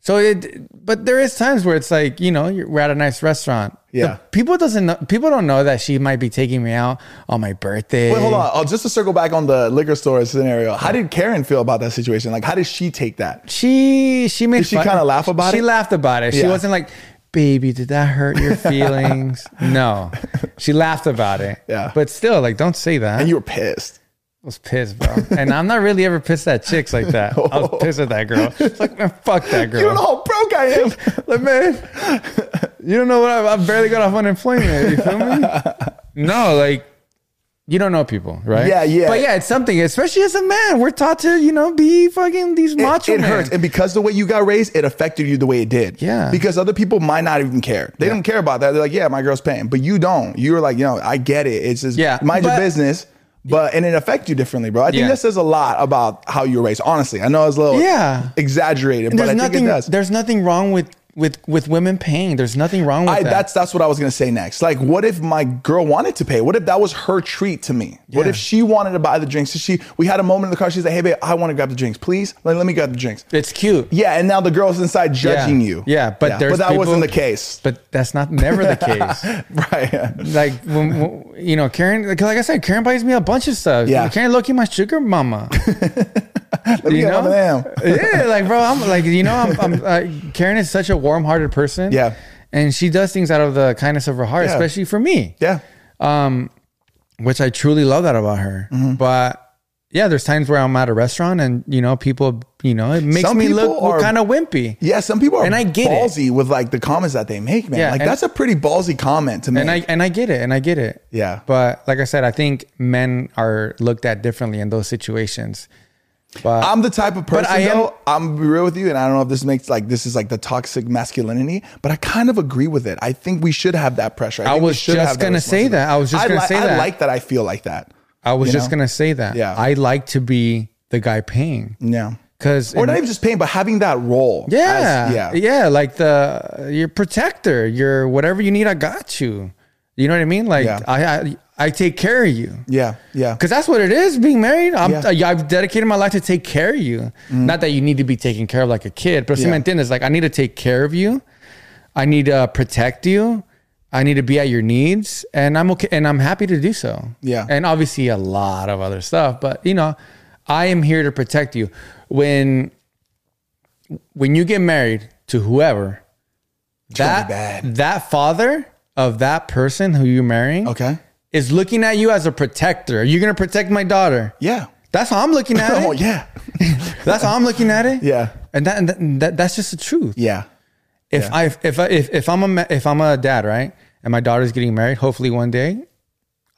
Speaker 3: so it but there is times where it's like you know you're, we're at a nice restaurant The
Speaker 2: Yeah.
Speaker 3: people doesn't know people don't know that she might be taking me out on my birthday
Speaker 2: Wait, hold on. Oh, just to circle back on the liquor store scenario, how did Karen feel about that situation? Like, how did she take that?
Speaker 3: she she made
Speaker 2: she
Speaker 3: fun-
Speaker 2: kinda laugh about
Speaker 3: She
Speaker 2: it?
Speaker 3: laughed about it. She
Speaker 2: Yeah.
Speaker 3: wasn't like, "Baby, did that hurt
Speaker 2: <laughs>
Speaker 3: your feelings?" no, she laughed about it.
Speaker 2: Yeah.
Speaker 3: but still, like, don't say that.
Speaker 2: And you were pissed.
Speaker 3: I was pissed, bro. and I'm not really ever pissed at chicks like that. I
Speaker 2: <laughs>
Speaker 3: was pissed at that girl. It's like, man, fuck that
Speaker 2: You don't know
Speaker 3: girl.
Speaker 2: how broke I am.
Speaker 3: Like, man, <laughs> you don't know what I, I barely got off unemployment. You feel me? No, like, you don't know people, right?
Speaker 2: Yeah, yeah.
Speaker 3: But yeah, it's something, especially as a man. We're taught to, you know, be fucking these <laughs> macho
Speaker 2: it
Speaker 3: men.
Speaker 2: hurts. And because the way you got raised, it affected you the way it did.
Speaker 3: Yeah.
Speaker 2: Because other people might not even care. They don't care about that. They're like, yeah, my girl's paying. But you don't. You were like, you know, I get it. It's just
Speaker 3: Yeah,
Speaker 2: mind your
Speaker 3: but-
Speaker 2: business. But and it affects you differently, bro. I think
Speaker 3: Yeah.
Speaker 2: that says a lot about how you were raised. Honestly, I know it's a little
Speaker 3: Yeah.
Speaker 2: exaggerated, but
Speaker 3: there's
Speaker 2: I think
Speaker 3: nothing
Speaker 2: it does.
Speaker 3: there's nothing wrong with with with women paying. There's nothing wrong with
Speaker 2: I,
Speaker 3: that.
Speaker 2: that's that's what I was gonna say next. Like, what if my girl wanted to pay? What if that was her treat to me? What
Speaker 3: Yeah.
Speaker 2: if she wanted to buy the drinks? So she, we had a moment in the car. She's like, "Hey, babe, I want to grab the drinks, please. Like, let me grab the drinks."
Speaker 3: it's cute.
Speaker 2: Yeah, and now the girl's inside judging you.
Speaker 3: Yeah, but there's
Speaker 2: but that
Speaker 3: people-
Speaker 2: wasn't the
Speaker 3: <laughs>
Speaker 2: case,
Speaker 3: But that's not never
Speaker 2: <laughs>
Speaker 3: the case.
Speaker 2: right?
Speaker 3: like when, when- you know, Karen. Like, like I said, Karen buys me a bunch of stuff.
Speaker 2: Yeah.
Speaker 3: Karen, look at my sugar mama.
Speaker 2: Let me
Speaker 3: you
Speaker 2: get
Speaker 3: know,
Speaker 2: one of them.
Speaker 3: yeah, like bro, I'm like you know, I'm, I'm uh, Karen is such a warm-hearted person.
Speaker 2: Yeah.
Speaker 3: and she does things out of the kindness of her heart,
Speaker 2: Yeah.
Speaker 3: especially for me,
Speaker 2: Yeah,
Speaker 3: which I truly love that about her.
Speaker 2: Mm-hmm.
Speaker 3: But yeah, there's times where I'm at a restaurant and you know people, you know, it makes
Speaker 2: Some
Speaker 3: me
Speaker 2: people
Speaker 3: look
Speaker 2: are-
Speaker 3: kind of wimpy.
Speaker 2: yeah. Some people are
Speaker 3: And I get it.
Speaker 2: ballsy with like the comments that they make, man.
Speaker 3: Yeah,
Speaker 2: like
Speaker 3: and-
Speaker 2: that's a pretty ballsy comment to make.
Speaker 3: And I and I get it, and I get it.
Speaker 2: Yeah.
Speaker 3: But like I said, I think men are looked at differently in those situations. But
Speaker 2: I'm the type of person
Speaker 3: I am-
Speaker 2: though, I'm gonna be real with you, and I don't know if this makes like this is like the toxic masculinity, but I kind of agree with it. I think we should have that pressure.
Speaker 3: I
Speaker 2: think we
Speaker 3: was
Speaker 2: should
Speaker 3: just
Speaker 2: have that
Speaker 3: gonna say
Speaker 2: responsibility.
Speaker 3: that. I was just gonna
Speaker 2: li-
Speaker 3: say
Speaker 2: I
Speaker 3: that.
Speaker 2: like that I feel like that.
Speaker 3: I was
Speaker 2: you
Speaker 3: just
Speaker 2: know?
Speaker 3: gonna say that.
Speaker 2: Yeah.
Speaker 3: I like to be the guy paying
Speaker 2: Yeah.
Speaker 3: because
Speaker 2: Or not even just pain, but having that role. as-
Speaker 3: Yeah.
Speaker 2: yeah.
Speaker 3: yeah. Like the your protector, your whatever you need, I got you. You know what I mean? Like
Speaker 2: Yeah.
Speaker 3: I, I I take care of you.
Speaker 2: Yeah. Yeah.
Speaker 3: Cause that's what it is being married. I'm,
Speaker 2: Yeah. Mm.
Speaker 3: I, I've dedicated my life to take care of you. Not that you need to be taken care of like a kid, but
Speaker 2: Yeah.
Speaker 3: yeah. it's like I need to take care of you. I need to protect you. I need to be at your needs, and I'm okay, and I'm happy to do so.
Speaker 2: Yeah.
Speaker 3: and obviously a lot of other stuff, but you know, I am here to protect you. When when you get married to whoever, that
Speaker 2: gonna be bad.
Speaker 3: that father of that person who you're marrying,
Speaker 2: Okay.
Speaker 3: is looking at you as a protector. You're gonna protect my daughter.
Speaker 2: Yeah.
Speaker 3: That's how I'm looking at
Speaker 2: <laughs> Oh
Speaker 3: it.
Speaker 2: yeah.
Speaker 3: That's how I'm looking at it.
Speaker 2: Yeah.
Speaker 3: And that, and that, and that that's just the truth.
Speaker 2: Yeah.
Speaker 3: If I if I, if if I'm a ma- if I'm a dad, right, and my daughter's getting married, hopefully one day,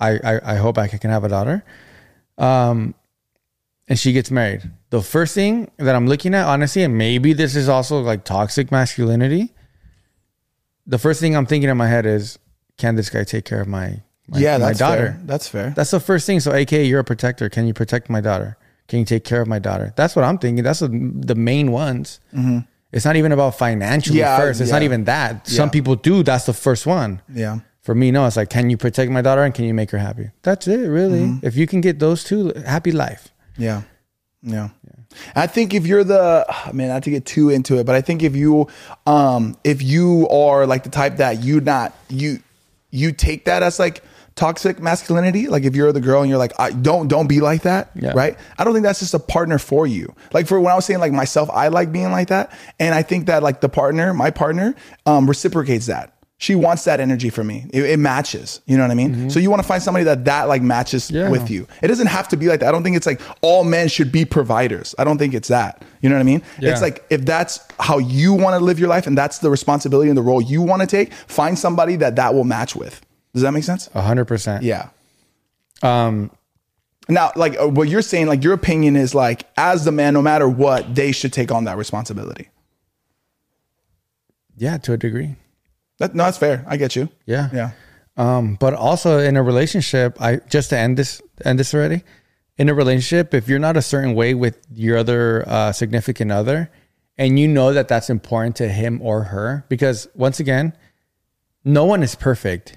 Speaker 3: I I, I hope I can have a daughter, um, and she gets married. The first thing that I'm looking at, honestly, and maybe this is also like toxic masculinity. The first thing I'm thinking in my head is, can this guy take care of my my,
Speaker 2: yeah.
Speaker 3: my
Speaker 2: That's
Speaker 3: daughter?
Speaker 2: Fair. That's fair.
Speaker 3: That's the first thing. So, AKA, you're a protector. Can you protect my daughter? Can you take care of my daughter? That's what I'm thinking. That's the the main ones. It's not even about financially
Speaker 2: Mm-hmm. Yeah,
Speaker 3: first. It's not
Speaker 2: yeah.
Speaker 3: even that. Some
Speaker 2: Yeah.
Speaker 3: people do. That's the first one.
Speaker 2: yeah.
Speaker 3: For me, no. It's like, can you protect my daughter and can you make her happy? That's it, really.
Speaker 2: Mm-hmm.
Speaker 3: If you can get those two, happy life.
Speaker 2: Yeah. Yeah. I think if you're the ah, man, not to get too into it, but I think if you um if you are like the type that you not you you take that as like toxic masculinity, like if you're the girl and you're like, I don't don't be like that,
Speaker 3: Yeah.
Speaker 2: right? I don't think that's just a partner for you. Like for when I was saying like myself, I like being like that. And I think that like the partner, my partner, um, reciprocates that. She wants that energy from me. It, it matches. You know what I mean? So you want to find somebody that that like matches
Speaker 3: Mm-hmm. Yeah.
Speaker 2: with you. It doesn't have to be like that. I don't think it's like all men should be providers. I don't think it's that. You know what I mean?
Speaker 3: Yeah.
Speaker 2: It's like if that's how you want to live your life and that's the responsibility and the role you want to take, find somebody that that will match with. Does that make sense?
Speaker 3: A hundred percent.
Speaker 2: Yeah. Um now like uh, what you're saying like your opinion is like as the man no matter what they should take on that responsibility.
Speaker 3: Yeah, to a degree.
Speaker 2: That no that's fair. I get you.
Speaker 3: Yeah.
Speaker 2: Yeah.
Speaker 3: Um, but also in a relationship, I just to end this end this already. In a relationship, if you're not a certain way with your other uh, significant other, and you know that that's important to him or her, because once again, no one is perfect,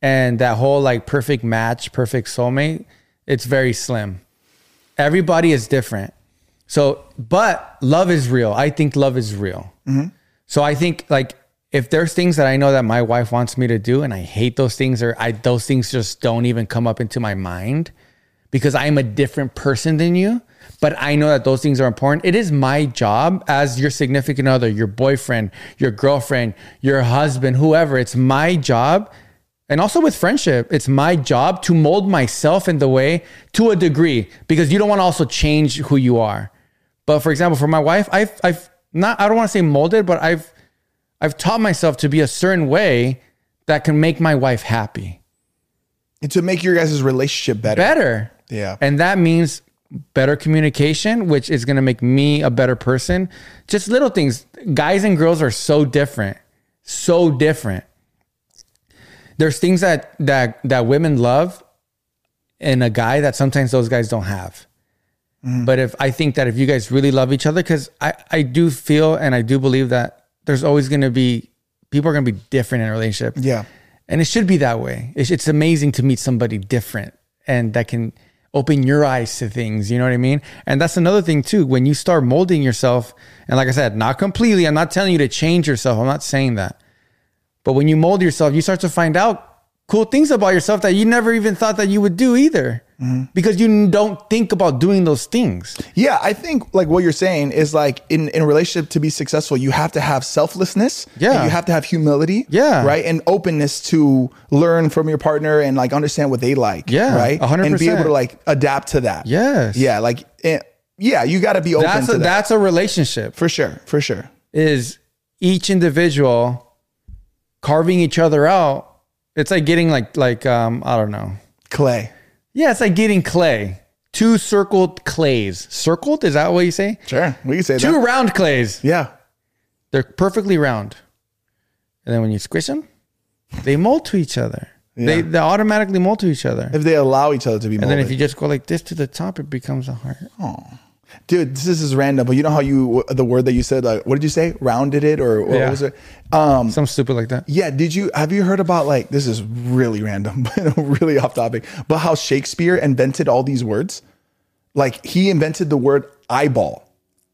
Speaker 3: and that whole like perfect match, perfect soulmate, it's very slim. Everybody is different. So, but love is real. I think love is real. So I think like if there's things that I know that my wife wants me to do and I hate those things or I those things just don't even come up into my mind because I am a different person than you, but I know that those things are important. It is my job as your significant other, your boyfriend, your girlfriend, your husband, whoever, it's my job and also with friendship, it's my job to mold myself in the way to a degree because you don't want to also change who you are. But for example, for my wife, I've I've not I don't want to say molded, but I've I've taught myself to be a certain way that can make my wife happy.
Speaker 2: to make your guys' relationship better.
Speaker 3: better.
Speaker 2: Yeah.
Speaker 3: And that means better communication, which is going to make me a better person. Just little things. Guys and girls are so different. So different. There's things that that that women love in a guy that sometimes those guys don't have. But if I think that if you guys really love each other, because I, I do feel and I do believe that there's always going to be people are going to be different in a relationship.
Speaker 2: Yeah.
Speaker 3: And it should be that way. It's, it's amazing to meet somebody different and that can open your eyes to things. You know what I mean? And that's another thing, too. When you start molding yourself, and like I said, not completely, I'm not telling you to change yourself. I'm not saying that. But when you mold yourself, you start to find out cool things about yourself that you never even thought that you would do either
Speaker 2: Mm-hmm.
Speaker 3: because you don't think about doing those things.
Speaker 2: Yeah, I think like what you're saying is like in in a relationship to be successful, you have to have selflessness.
Speaker 3: Yeah.
Speaker 2: and you have to have humility.
Speaker 3: Yeah.
Speaker 2: right, and openness to learn from your partner and like understand what they like.
Speaker 3: Yeah,
Speaker 2: right,
Speaker 3: 100%.
Speaker 2: and be able to like adapt to that.
Speaker 3: Yes.
Speaker 2: yeah, like eh, yeah, you got to be open
Speaker 3: That's
Speaker 2: to
Speaker 3: a,
Speaker 2: that
Speaker 3: that's a relationship.
Speaker 2: for sure, for sure.
Speaker 3: is each individual carving each other out. It's like getting like like um I don't know.
Speaker 2: Clay,
Speaker 3: Yeah, it's like getting clay. Two circled clays. Circled is that what you say?
Speaker 2: sure, we can say
Speaker 3: Two
Speaker 2: that.
Speaker 3: round clays.
Speaker 2: Yeah,
Speaker 3: They're perfectly round. And then when you squish them, they mold to each other. They
Speaker 2: Yeah.
Speaker 3: they automatically mold to each other.
Speaker 2: if they allow each other to be
Speaker 3: and
Speaker 2: molded.
Speaker 3: then if you just go like this to the top, it becomes a heart.
Speaker 2: dude this is random but you know how you the word that you said like what did you say rounded it or what
Speaker 3: Yeah.
Speaker 2: was it um
Speaker 3: Something stupid like that.
Speaker 2: yeah did you have you heard about like this is really random <laughs> but really off topic but how shakespeare invented all these words like he invented the word eyeball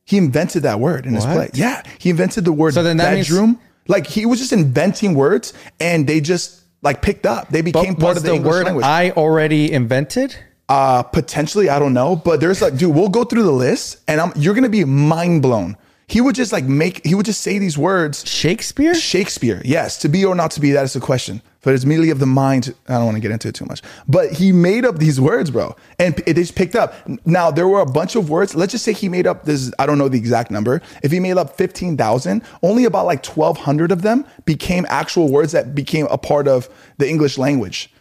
Speaker 2: he invented that word in his
Speaker 3: What?
Speaker 2: play yeah he invented the word
Speaker 3: So then that means-
Speaker 2: bedroom like he was just inventing words and they just like picked up they became
Speaker 3: But
Speaker 2: part
Speaker 3: was
Speaker 2: of the,
Speaker 3: the,
Speaker 2: English
Speaker 3: word
Speaker 2: language
Speaker 3: I already invented?
Speaker 2: uh, potentially, I don't know, but there's like, dude, we'll go through the list, and I'm you're gonna be mind blown. He would just like make, he would just say these words.
Speaker 3: Shakespeare?
Speaker 2: Shakespeare, yes, to be or not to be, that is the question. But it's merely of the mind. I don't want to get into it too much. But he made up these words, bro, and p- it just picked up. Now there were a bunch of words. Let's just say he made up this. I don't know the exact number. If he made up fifteen thousand, only about like twelve hundred of them became actual words that became a part of the English language.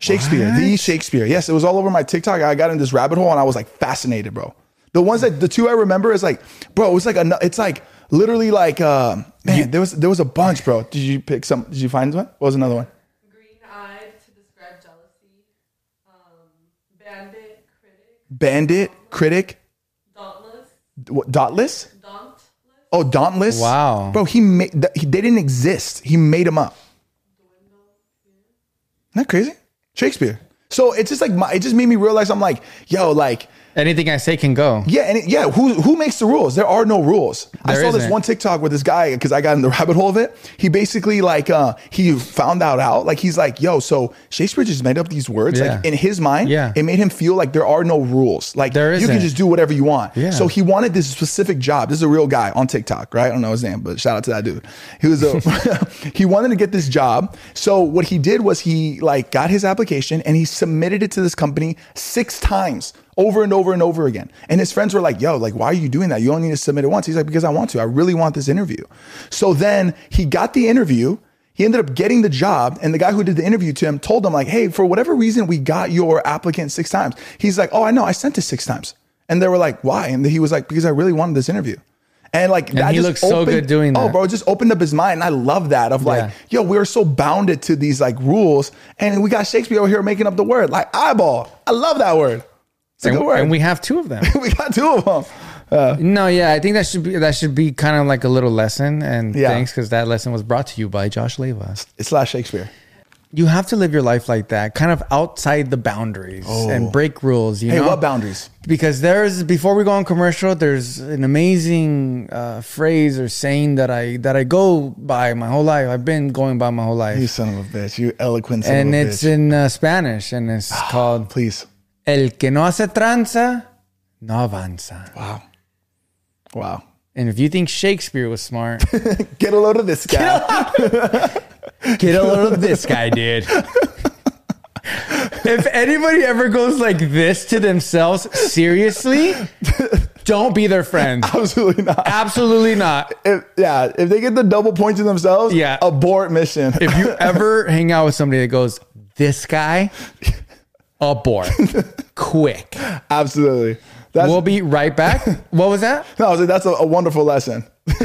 Speaker 2: Shakespeare, the Shakespeare. Yes, it was all over my TikTok. I got in this rabbit hole and I was like fascinated, bro. The ones that the two I remember is like, bro, it's like a, it's like literally like, um, man, there was there was a bunch, bro. Did you pick some? Did you find one? What was another one?
Speaker 1: Green eyed to describe jealousy. Um, bandit, critic,
Speaker 2: Bandit, critic,
Speaker 1: dauntless,
Speaker 2: what, dauntless.
Speaker 1: dauntless,
Speaker 2: Oh, dauntless.
Speaker 3: Wow.
Speaker 2: bro, he made th- he- they didn't exist. He made them up. Isn't that crazy? Shakespeare. So it's just like my, it just made me realize I'm like, yo, like
Speaker 3: Anything I say can go.
Speaker 2: Yeah, and it, yeah, who who makes the rules? There are no rules. I
Speaker 3: There
Speaker 2: saw this
Speaker 3: isn't.
Speaker 2: one TikTok with this guy because I got in the <laughs> rabbit hole of it. He basically like uh he found out out like he's like, yo, so Shakespeare just made up these words like
Speaker 3: Yeah.
Speaker 2: in his mind.
Speaker 3: Yeah.
Speaker 2: it made him feel like there are no rules. Like
Speaker 3: There
Speaker 2: you can
Speaker 3: isn't.
Speaker 2: just do whatever you want.
Speaker 3: Yeah.
Speaker 2: So he wanted this specific job. This is a real guy on TikTok, right? I don't know his name, but shout out to that dude. He was a <laughs> he wanted to get this job. So what he did was he like got his application and he submitted it to this company six times over and over and over again. And his friends were like, "Yo, like why are you doing that? You only need to submit it once." He's like, "Because I want to. I really want this interview." So then he got the interview he ended up getting the job and the guy who did the interview to him told him like hey for whatever reason we got your applicant six times he's like oh i know i sent it six times and they were like why and he was like because i really wanted this interview and like that
Speaker 3: he
Speaker 2: just
Speaker 3: looks so good doing
Speaker 2: oh
Speaker 3: that.
Speaker 2: bro it just opened up his mind and i love that of like yo we are so bounded to these like rules and we got shakespeare over here making up the word like eyeball i love that word it's a
Speaker 3: And,
Speaker 2: good word
Speaker 3: and we have two of them.
Speaker 2: <laughs> we got two of them
Speaker 3: <laughs> No, yeah, I think that should be that should be kind of like a little lesson. And
Speaker 2: Yeah.
Speaker 3: thanks, because that lesson was brought to you by Josh Leva.
Speaker 2: it's slash shakespeare
Speaker 3: You have to live your life like that, kind of outside the boundaries and break rules. You
Speaker 2: Oh. hey
Speaker 3: know
Speaker 2: what boundaries
Speaker 3: because there's before we go on commercial there's an amazing uh, phrase or saying that i that i go by my whole life i've been going by my whole life
Speaker 2: you son of a bitch you eloquent son
Speaker 3: and
Speaker 2: of a
Speaker 3: it's
Speaker 2: bitch.
Speaker 3: in uh, spanish and it's called
Speaker 2: <sighs> please
Speaker 3: el que no hace tranza no avanza
Speaker 2: wow wow
Speaker 3: and if you think shakespeare was smart
Speaker 2: Get a load of this guy.
Speaker 3: Get a load of this guy, dude. if anybody ever goes like this to themselves, seriously, don't be their friend.
Speaker 2: <laughs> Absolutely not.
Speaker 3: Absolutely not.
Speaker 2: If, yeah, if they get the double points to themselves,
Speaker 3: Yeah.
Speaker 2: abort mission.
Speaker 3: If you ever hang out with somebody that goes, this guy, abort, quick.
Speaker 2: <laughs> Absolutely. That's,
Speaker 3: We'll be right back. What was that?
Speaker 2: no, I was like, that's a, a wonderful lesson. <laughs>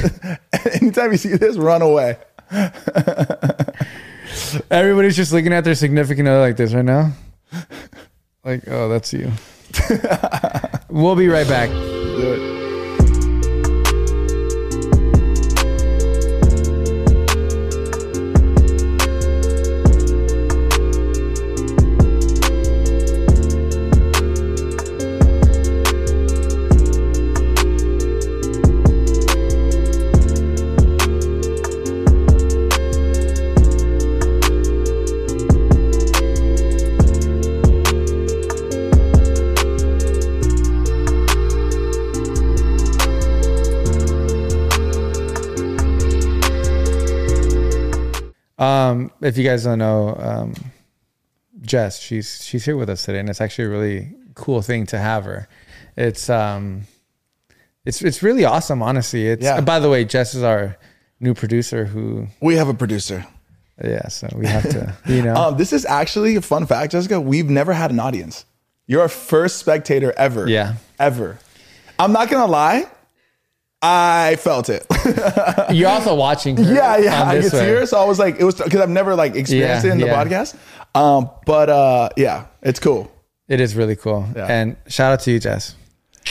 Speaker 2: Anytime you see this, run away.
Speaker 3: Everybody's just looking at their significant other like this right now. Like, oh, that's you. we'll be right back.
Speaker 2: Do it.
Speaker 3: Um, if you guys don't know, um, Jess, she's she's here with us today, and it's actually a really cool thing to have her. It's um, it's it's really awesome, honestly. It's
Speaker 2: Yeah.
Speaker 3: by the way, Jess is our new producer who
Speaker 2: We have a producer.
Speaker 3: yeah so we have
Speaker 2: <laughs>
Speaker 3: to you know
Speaker 2: Um, this is actually a fun fact, Jessica. We've never had an audience. You're our first spectator ever.
Speaker 3: Yeah.
Speaker 2: Ever. I'm not gonna lie. I
Speaker 3: <laughs>
Speaker 2: felt it.
Speaker 3: you're also watching her
Speaker 2: <laughs> yeah, yeah.
Speaker 3: on
Speaker 2: I
Speaker 3: this
Speaker 2: could see
Speaker 3: way.
Speaker 2: her. So I was like, it was because I've never like experienced
Speaker 3: Yeah,
Speaker 2: it in the
Speaker 3: yeah.
Speaker 2: podcast. Um, but uh, yeah, it's cool.
Speaker 3: it is really cool
Speaker 2: Yeah.
Speaker 3: and shout out to you jess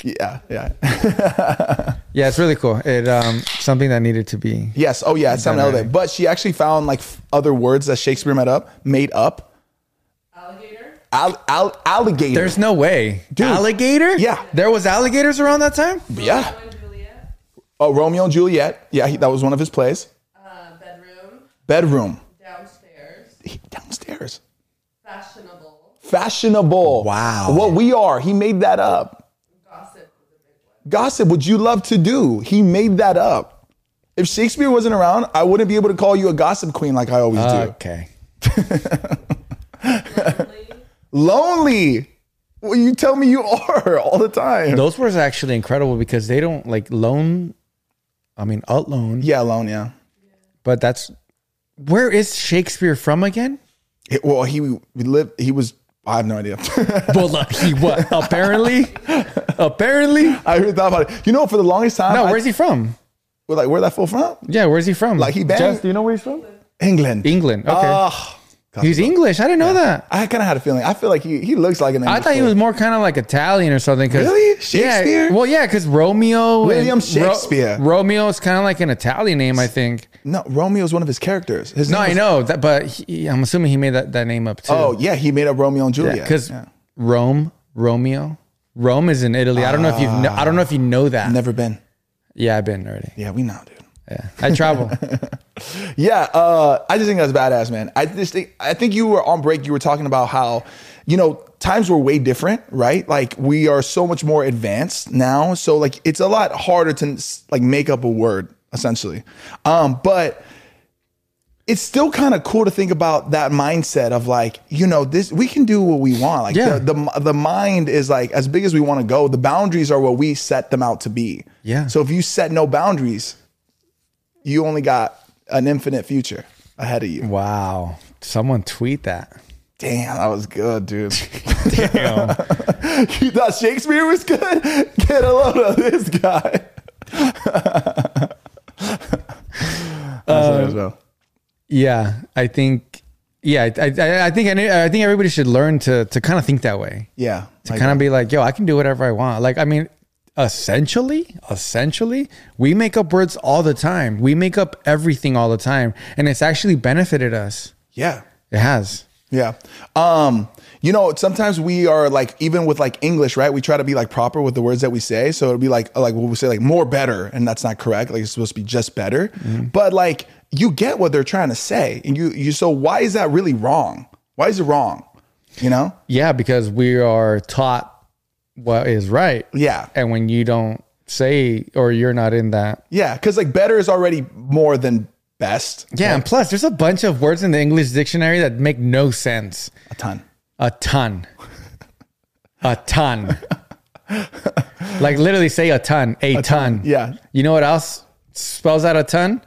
Speaker 2: Yeah, yeah. <laughs>
Speaker 3: yeah it's really cool it um something that needed to be
Speaker 2: Yes. Oh yeah, it's something
Speaker 3: Dynamic.
Speaker 2: elevated. But she actually found like f- other words that Shakespeare made up, made up.
Speaker 1: Alligator.
Speaker 2: Al- al- alligator.
Speaker 3: there's no way alligator
Speaker 2: Yeah.
Speaker 3: there was alligators around that time
Speaker 2: yeah.
Speaker 1: Romeo and Juliet.
Speaker 2: Oh, Romeo and Juliet. Yeah, he, that was one of his plays.
Speaker 1: Uh, bedroom.
Speaker 2: Bedroom.
Speaker 1: Downstairs.
Speaker 2: He- downstairs.
Speaker 1: Fashionable.
Speaker 2: fashionable.
Speaker 3: Wow.
Speaker 2: What we are. He made that up.
Speaker 1: Gossip was a big one.
Speaker 2: Gossip, would you love to do? He made that up. If Shakespeare wasn't around, I wouldn't be able to call you a gossip queen like I always do.
Speaker 3: okay
Speaker 1: Lonely.
Speaker 2: Lonely. Well, you tell me you <laughs> are all the time.
Speaker 3: those were actually incredible because they don't like loan i mean out loan
Speaker 2: Yeah, alone, yeah.
Speaker 3: but that's where is shakespeare from again
Speaker 2: It- well, he we lived he was I have no idea. <laughs>
Speaker 3: well uh, he what <laughs> apparently apparently
Speaker 2: I really thought about it. You know, for the longest time,
Speaker 3: no
Speaker 2: I-
Speaker 3: where's he from
Speaker 2: we're like where that fool from?
Speaker 3: yeah where's he from
Speaker 2: Like he banged.
Speaker 3: Jess,
Speaker 2: you know where he's from? England.
Speaker 3: england okay
Speaker 2: Ugh.
Speaker 3: he's english i didn't know that
Speaker 2: I kind of had a feeling. I feel like he, he looks like an.
Speaker 3: I
Speaker 2: English
Speaker 3: thought he
Speaker 2: fool.
Speaker 3: was more kind of like Italian or something. 'cause-
Speaker 2: Really?
Speaker 3: Yeah,
Speaker 2: Shakespeare?
Speaker 3: well, yeah, because Romeo. and
Speaker 2: William
Speaker 3: Ro-
Speaker 2: Shakespeare.
Speaker 3: Romeo is kind of like an Italian name, I think.
Speaker 2: No, Romeo is one of his characters. His
Speaker 3: No,
Speaker 2: name
Speaker 3: I
Speaker 2: was-
Speaker 3: know that, but he, I'm assuming he made that, that name up too.
Speaker 2: Oh yeah, he made up Romeo and Juliet.
Speaker 3: because
Speaker 2: Yeah.
Speaker 3: Rome, Romeo, Rome is in Italy. I don't know if you know, I don't know if you know that.
Speaker 2: never been.
Speaker 3: yeah, I've been already.
Speaker 2: Yeah, we know, dude.
Speaker 3: Yeah, I travel.
Speaker 2: Yeah, uh, I just think that's badass, man. I just think I think you were on break. You were talking about how you know times were way different, right? Like we are so much more advanced now, so like it's a lot harder to like make up a word essentially. Um, but it's still kind of cool to think about that mindset of like you know this we can do what we want like
Speaker 3: Yeah.
Speaker 2: the, the the mind is like as big as we want to go the boundaries are what we set them out to be
Speaker 3: Yeah.
Speaker 2: so if you set no boundaries you only got an infinite future ahead of you
Speaker 3: wow, someone tweet that.
Speaker 2: damn that was good dude
Speaker 3: Damn.
Speaker 2: <laughs> you thought shakespeare was good get a load of this guy
Speaker 3: Uh,
Speaker 2: That's what it is, bro.
Speaker 3: yeah, I think. Yeah, I, I, I think I, need- I think everybody should learn to to kind of think that way.
Speaker 2: yeah
Speaker 3: to
Speaker 2: like-
Speaker 3: kind of be like, yo, I can do whatever I want. Like, I mean, essentially, essentially, we make up words all the time. We make up everything all the time, and it's actually benefited us.
Speaker 2: yeah
Speaker 3: It has.
Speaker 2: Yeah. Um, you know, sometimes we are like even with like English, right? We try to be like proper with the words that we say. So it'd be like uh, like we'll say like more better, and that's not correct. Like it's supposed to be just better. But like you get what they're trying to say. And you you so why is that really wrong? Why is it wrong? You know?
Speaker 3: Yeah, because we are taught what is right,
Speaker 2: Yeah.
Speaker 3: and when you don't say or you're not in that.
Speaker 2: Yeah. Cause like better is already more than best.
Speaker 3: Yeah, and plus, there's a bunch of words in the English dictionary that make no sense.
Speaker 2: A ton.
Speaker 3: A ton. A <laughs> ton. like literally say a ton, a, ton.
Speaker 2: Yeah.
Speaker 3: You know what else spells out a ton?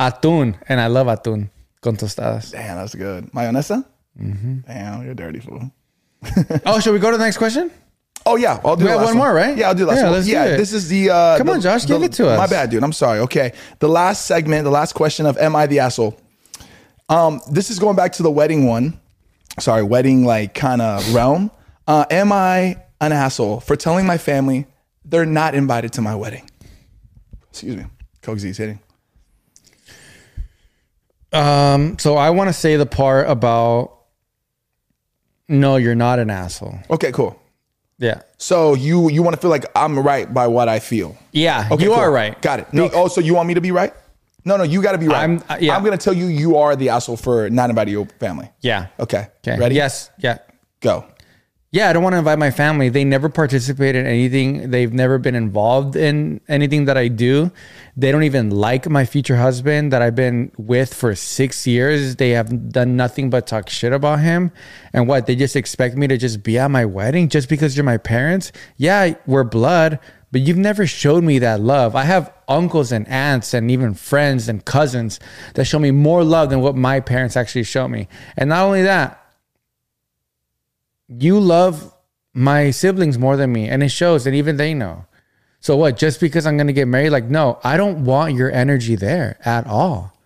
Speaker 3: Atún. And I love atún con tostadas.
Speaker 2: Damn, that's good. Mayonesa? Damn, you're a dirty fool.
Speaker 3: Oh, should we go to the next question?
Speaker 2: Oh yeah, I'll do.
Speaker 3: We
Speaker 2: the
Speaker 3: have
Speaker 2: last
Speaker 3: one more, right?
Speaker 2: Yeah, I'll do the last
Speaker 3: Yeah,
Speaker 2: one.
Speaker 3: let's do
Speaker 2: yeah,
Speaker 3: it.
Speaker 2: this is the. Uh,
Speaker 3: Come
Speaker 2: the-
Speaker 3: on, Josh,
Speaker 2: the-
Speaker 3: give it to us.
Speaker 2: My bad, dude. I'm sorry. Okay, the last segment, the last question of "Am I the asshole?" Um, this is going back to the wedding one. Sorry, wedding like kind of realm. Uh, am I an asshole for telling my family they're not invited to my wedding? Excuse me, Coke Z is hitting.
Speaker 3: Um, so I want to say the part about no, you're not an asshole.
Speaker 2: Okay, cool.
Speaker 3: Yeah.
Speaker 2: So you you want to feel like I'm right by what I feel?
Speaker 3: Yeah,
Speaker 2: Okay,
Speaker 3: you
Speaker 2: cool.
Speaker 3: are right.
Speaker 2: Got it. No, oh, so you want me to be right? No, no, you got to be right.
Speaker 3: I'm-
Speaker 2: I'm,
Speaker 3: uh, yeah.
Speaker 2: I'm going to tell you you are the asshole for not inviting your family.
Speaker 3: Yeah.
Speaker 2: Okay.
Speaker 3: Okay.
Speaker 2: Ready?
Speaker 3: Yes. Yeah.
Speaker 2: Go.
Speaker 3: Yeah, I don't want to invite my family. They never participate in anything. They've never been involved in anything that I do. They don't even like my future husband that I've been with for six years. They have done nothing but talk shit about him. And what? They just expect me to just be at my wedding just because you're my parents? Yeah, we're blood, but you've never showed me that love. I have uncles and aunts and even friends and cousins that show me more love than what my parents actually show me. And not only that, you love my siblings more than me and it shows and even they know so what just because i'm gonna get married like no i don't want your energy there at all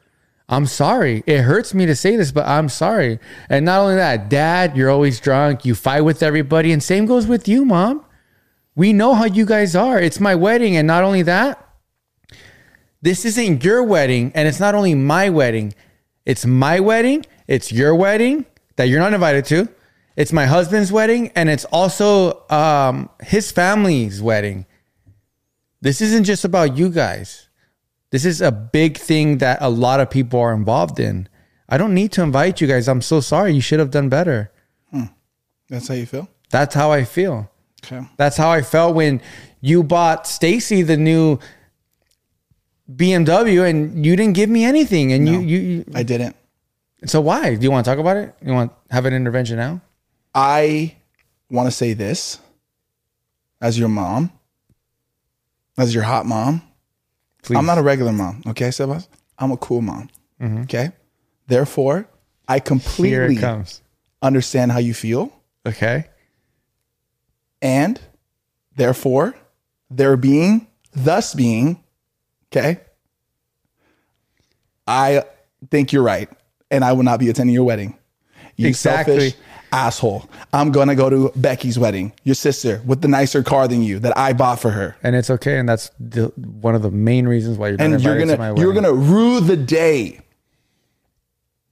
Speaker 3: i'm sorry it hurts me to say this but i'm sorry and not only that dad you're always drunk you fight with everybody and same goes with you mom we know how you guys are it's my wedding and not only that this isn't your wedding and it's not only my wedding it's my wedding it's your wedding that you're not invited to it's my husband's wedding and it's also um, his family's wedding this isn't just about you guys this is a big thing that a lot of people are involved in i don't need to invite you guys i'm so sorry you should have done better
Speaker 2: That's how you feel?
Speaker 3: that's how i feel
Speaker 2: Okay.
Speaker 3: that's how I felt when you bought Stacy the new BMW and you didn't give me anything. And you, you, you,
Speaker 2: I didn't.
Speaker 3: so why? Do you want to talk about it? You want to have an intervention now?
Speaker 2: I want to say this as your mom, as your hot mom.
Speaker 3: Please. Mm-hmm.
Speaker 2: I'm not a regular mom. Okay, Sebas? I'm a cool mom. Okay. Therefore, I
Speaker 3: Here it
Speaker 2: completely
Speaker 3: comes.
Speaker 2: understand how you feel.
Speaker 3: Okay.
Speaker 2: and therefore there being thus being okay i think you're right and i will not be attending your wedding you
Speaker 3: Exactly.
Speaker 2: selfish asshole i'm gonna go to becky's wedding your sister with the nicer car than you that i bought for her
Speaker 3: And it's okay. And that's the, one of the main reasons why you're not
Speaker 2: and
Speaker 3: invited
Speaker 2: you're
Speaker 3: to my
Speaker 2: gonna
Speaker 3: wedding.
Speaker 2: you're gonna rue the day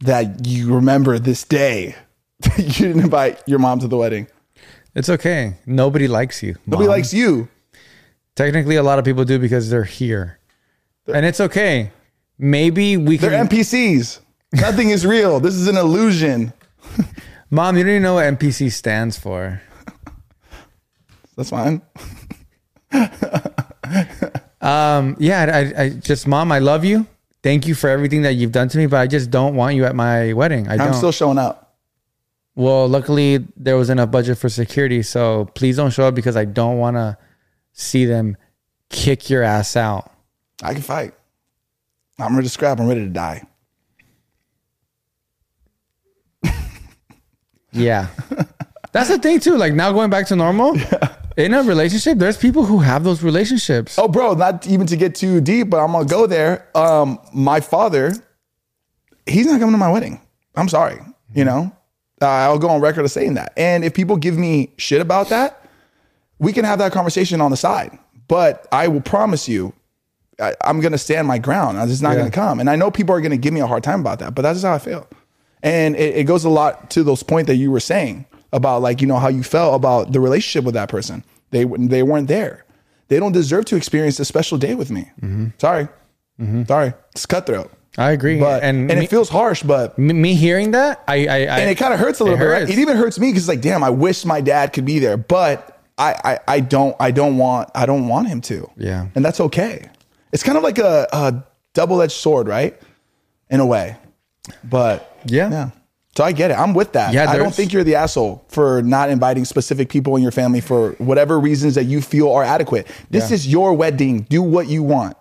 Speaker 2: that you remember this day <laughs> that you didn't invite your mom to the wedding
Speaker 3: it's okay. Nobody likes you.
Speaker 2: nobody
Speaker 3: Mom.
Speaker 2: likes you
Speaker 3: Technically, a lot of people do because they're here. and it's okay. Maybe we can.
Speaker 2: they're npcs nothing is real this is an illusion
Speaker 3: Mom, you don't even know what NPC stands for.
Speaker 2: That's fine.
Speaker 3: yeah, I, I just, mom, I love you. Thank you for everything that you've done to me, but I just don't want you at my wedding. I
Speaker 2: I'm
Speaker 3: don't.
Speaker 2: still showing up.
Speaker 3: well, luckily there was enough budget for security, so please don't show up because I don't want to see them kick your ass out.
Speaker 2: I can fight. I'm ready to scrap. I'm ready to die. <laughs>
Speaker 3: Yeah, that's the thing too. Like now going back to normal in a relationship, there's people who have those relationships.
Speaker 2: Oh, bro, not even to get too deep, but I'm gonna go there. Um, my father, he's not coming to my wedding. I'm sorry. You know, uh, I'll go on record of saying that. And if people give me shit about that, we can have that conversation on the side. But I will promise you, I, I'm gonna stand my ground. It's not
Speaker 3: Yeah.
Speaker 2: gonna come. And I know people are gonna give me a hard time about that, but that's just how I feel. And it, it goes a lot to those point that you were saying about like you know how you felt about the relationship with that person. They w- they weren't there. They don't deserve to experience a special day with me.
Speaker 3: Mm-hmm.
Speaker 2: Sorry, sorry, it's cutthroat.
Speaker 3: I agree,
Speaker 2: But
Speaker 3: Mm-hmm. and
Speaker 2: and,
Speaker 3: me,
Speaker 2: it feels harsh, but
Speaker 3: me- me hearing that, I, I, I
Speaker 2: and it kind of hurts a little bit. Right?
Speaker 3: hurts.
Speaker 2: It even hurts me because like, damn, I wish my dad could be there, but I, I I don't I don't want I don't want him to.
Speaker 3: Yeah.
Speaker 2: and that's okay. It's kind of like a, a double edged sword, right? In a way, but
Speaker 3: Yeah.
Speaker 2: yeah. So I get it. I'm with that.
Speaker 3: Yeah,
Speaker 2: I don't
Speaker 3: there's-
Speaker 2: think you're the asshole for not inviting specific people in your family for whatever reasons that you feel are adequate. This
Speaker 3: Yeah.
Speaker 2: is your wedding. Do what you want.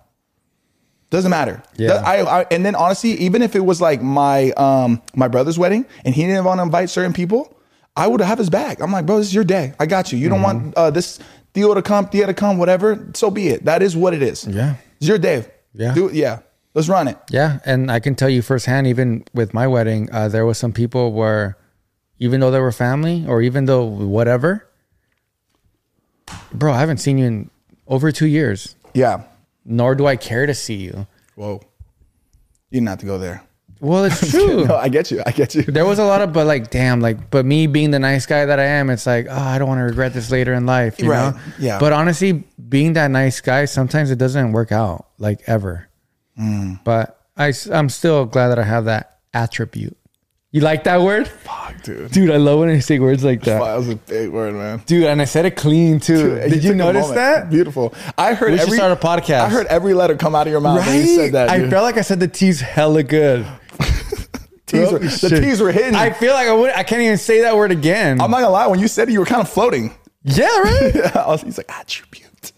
Speaker 2: Doesn't matter.
Speaker 3: Yeah.
Speaker 2: That- I, I and then honestly, even if it was like my um my brother's wedding and he didn't want to invite certain people, I would have his back. I'm like, bro, this is your day. I got you. You don't
Speaker 3: Mm-hmm.
Speaker 2: want uh, this Theo to come, Theo to come, whatever. So be it. That is what it is.
Speaker 3: Yeah.
Speaker 2: it's your day.
Speaker 3: Yeah.
Speaker 2: do it. Yeah, let's run it.
Speaker 3: Yeah, and I can tell you firsthand, even with my wedding, uh, there was some people where, even though they were family or even though whatever, bro, I haven't seen you in over two years,
Speaker 2: Yeah.
Speaker 3: nor do I care to see you.
Speaker 2: Whoa. You didn't have to go there.
Speaker 3: Well, it's true.
Speaker 2: <laughs> No, I get you. I get you.
Speaker 3: There was a lot of, but like, damn, like, but me being the nice guy that I am, it's like, oh, I don't want to regret this later in life, you
Speaker 2: Right.
Speaker 3: know?
Speaker 2: Yeah.
Speaker 3: But honestly, being that nice guy, sometimes it doesn't work out, like ever.
Speaker 2: Mm.
Speaker 3: But I, s- I'm still glad that I have that attribute. You like that word,
Speaker 2: Fuck, dude.
Speaker 3: dude? I love when I say words like
Speaker 2: Fuck,
Speaker 3: that,
Speaker 2: That was a big word, man.
Speaker 3: dude. And I said it clean too.
Speaker 2: Dude,
Speaker 3: Did you
Speaker 2: took a
Speaker 3: notice
Speaker 2: moment.
Speaker 3: that?
Speaker 2: Beautiful. I heard
Speaker 3: We should
Speaker 2: every
Speaker 3: start a podcast.
Speaker 2: I heard every letter come out of your mouth when you said that.
Speaker 3: I
Speaker 2: dude.
Speaker 3: felt like I said the T's hella good.
Speaker 2: T's were-
Speaker 3: Bro,
Speaker 2: the
Speaker 3: shit.
Speaker 2: T's were hidden.
Speaker 3: I
Speaker 2: I,
Speaker 3: feel like I would. I can't even say that word again.
Speaker 2: am not gonna lie, when you said it, you were kind of floating. <laughs>
Speaker 3: yeah, right.
Speaker 2: I was, he's like attribute.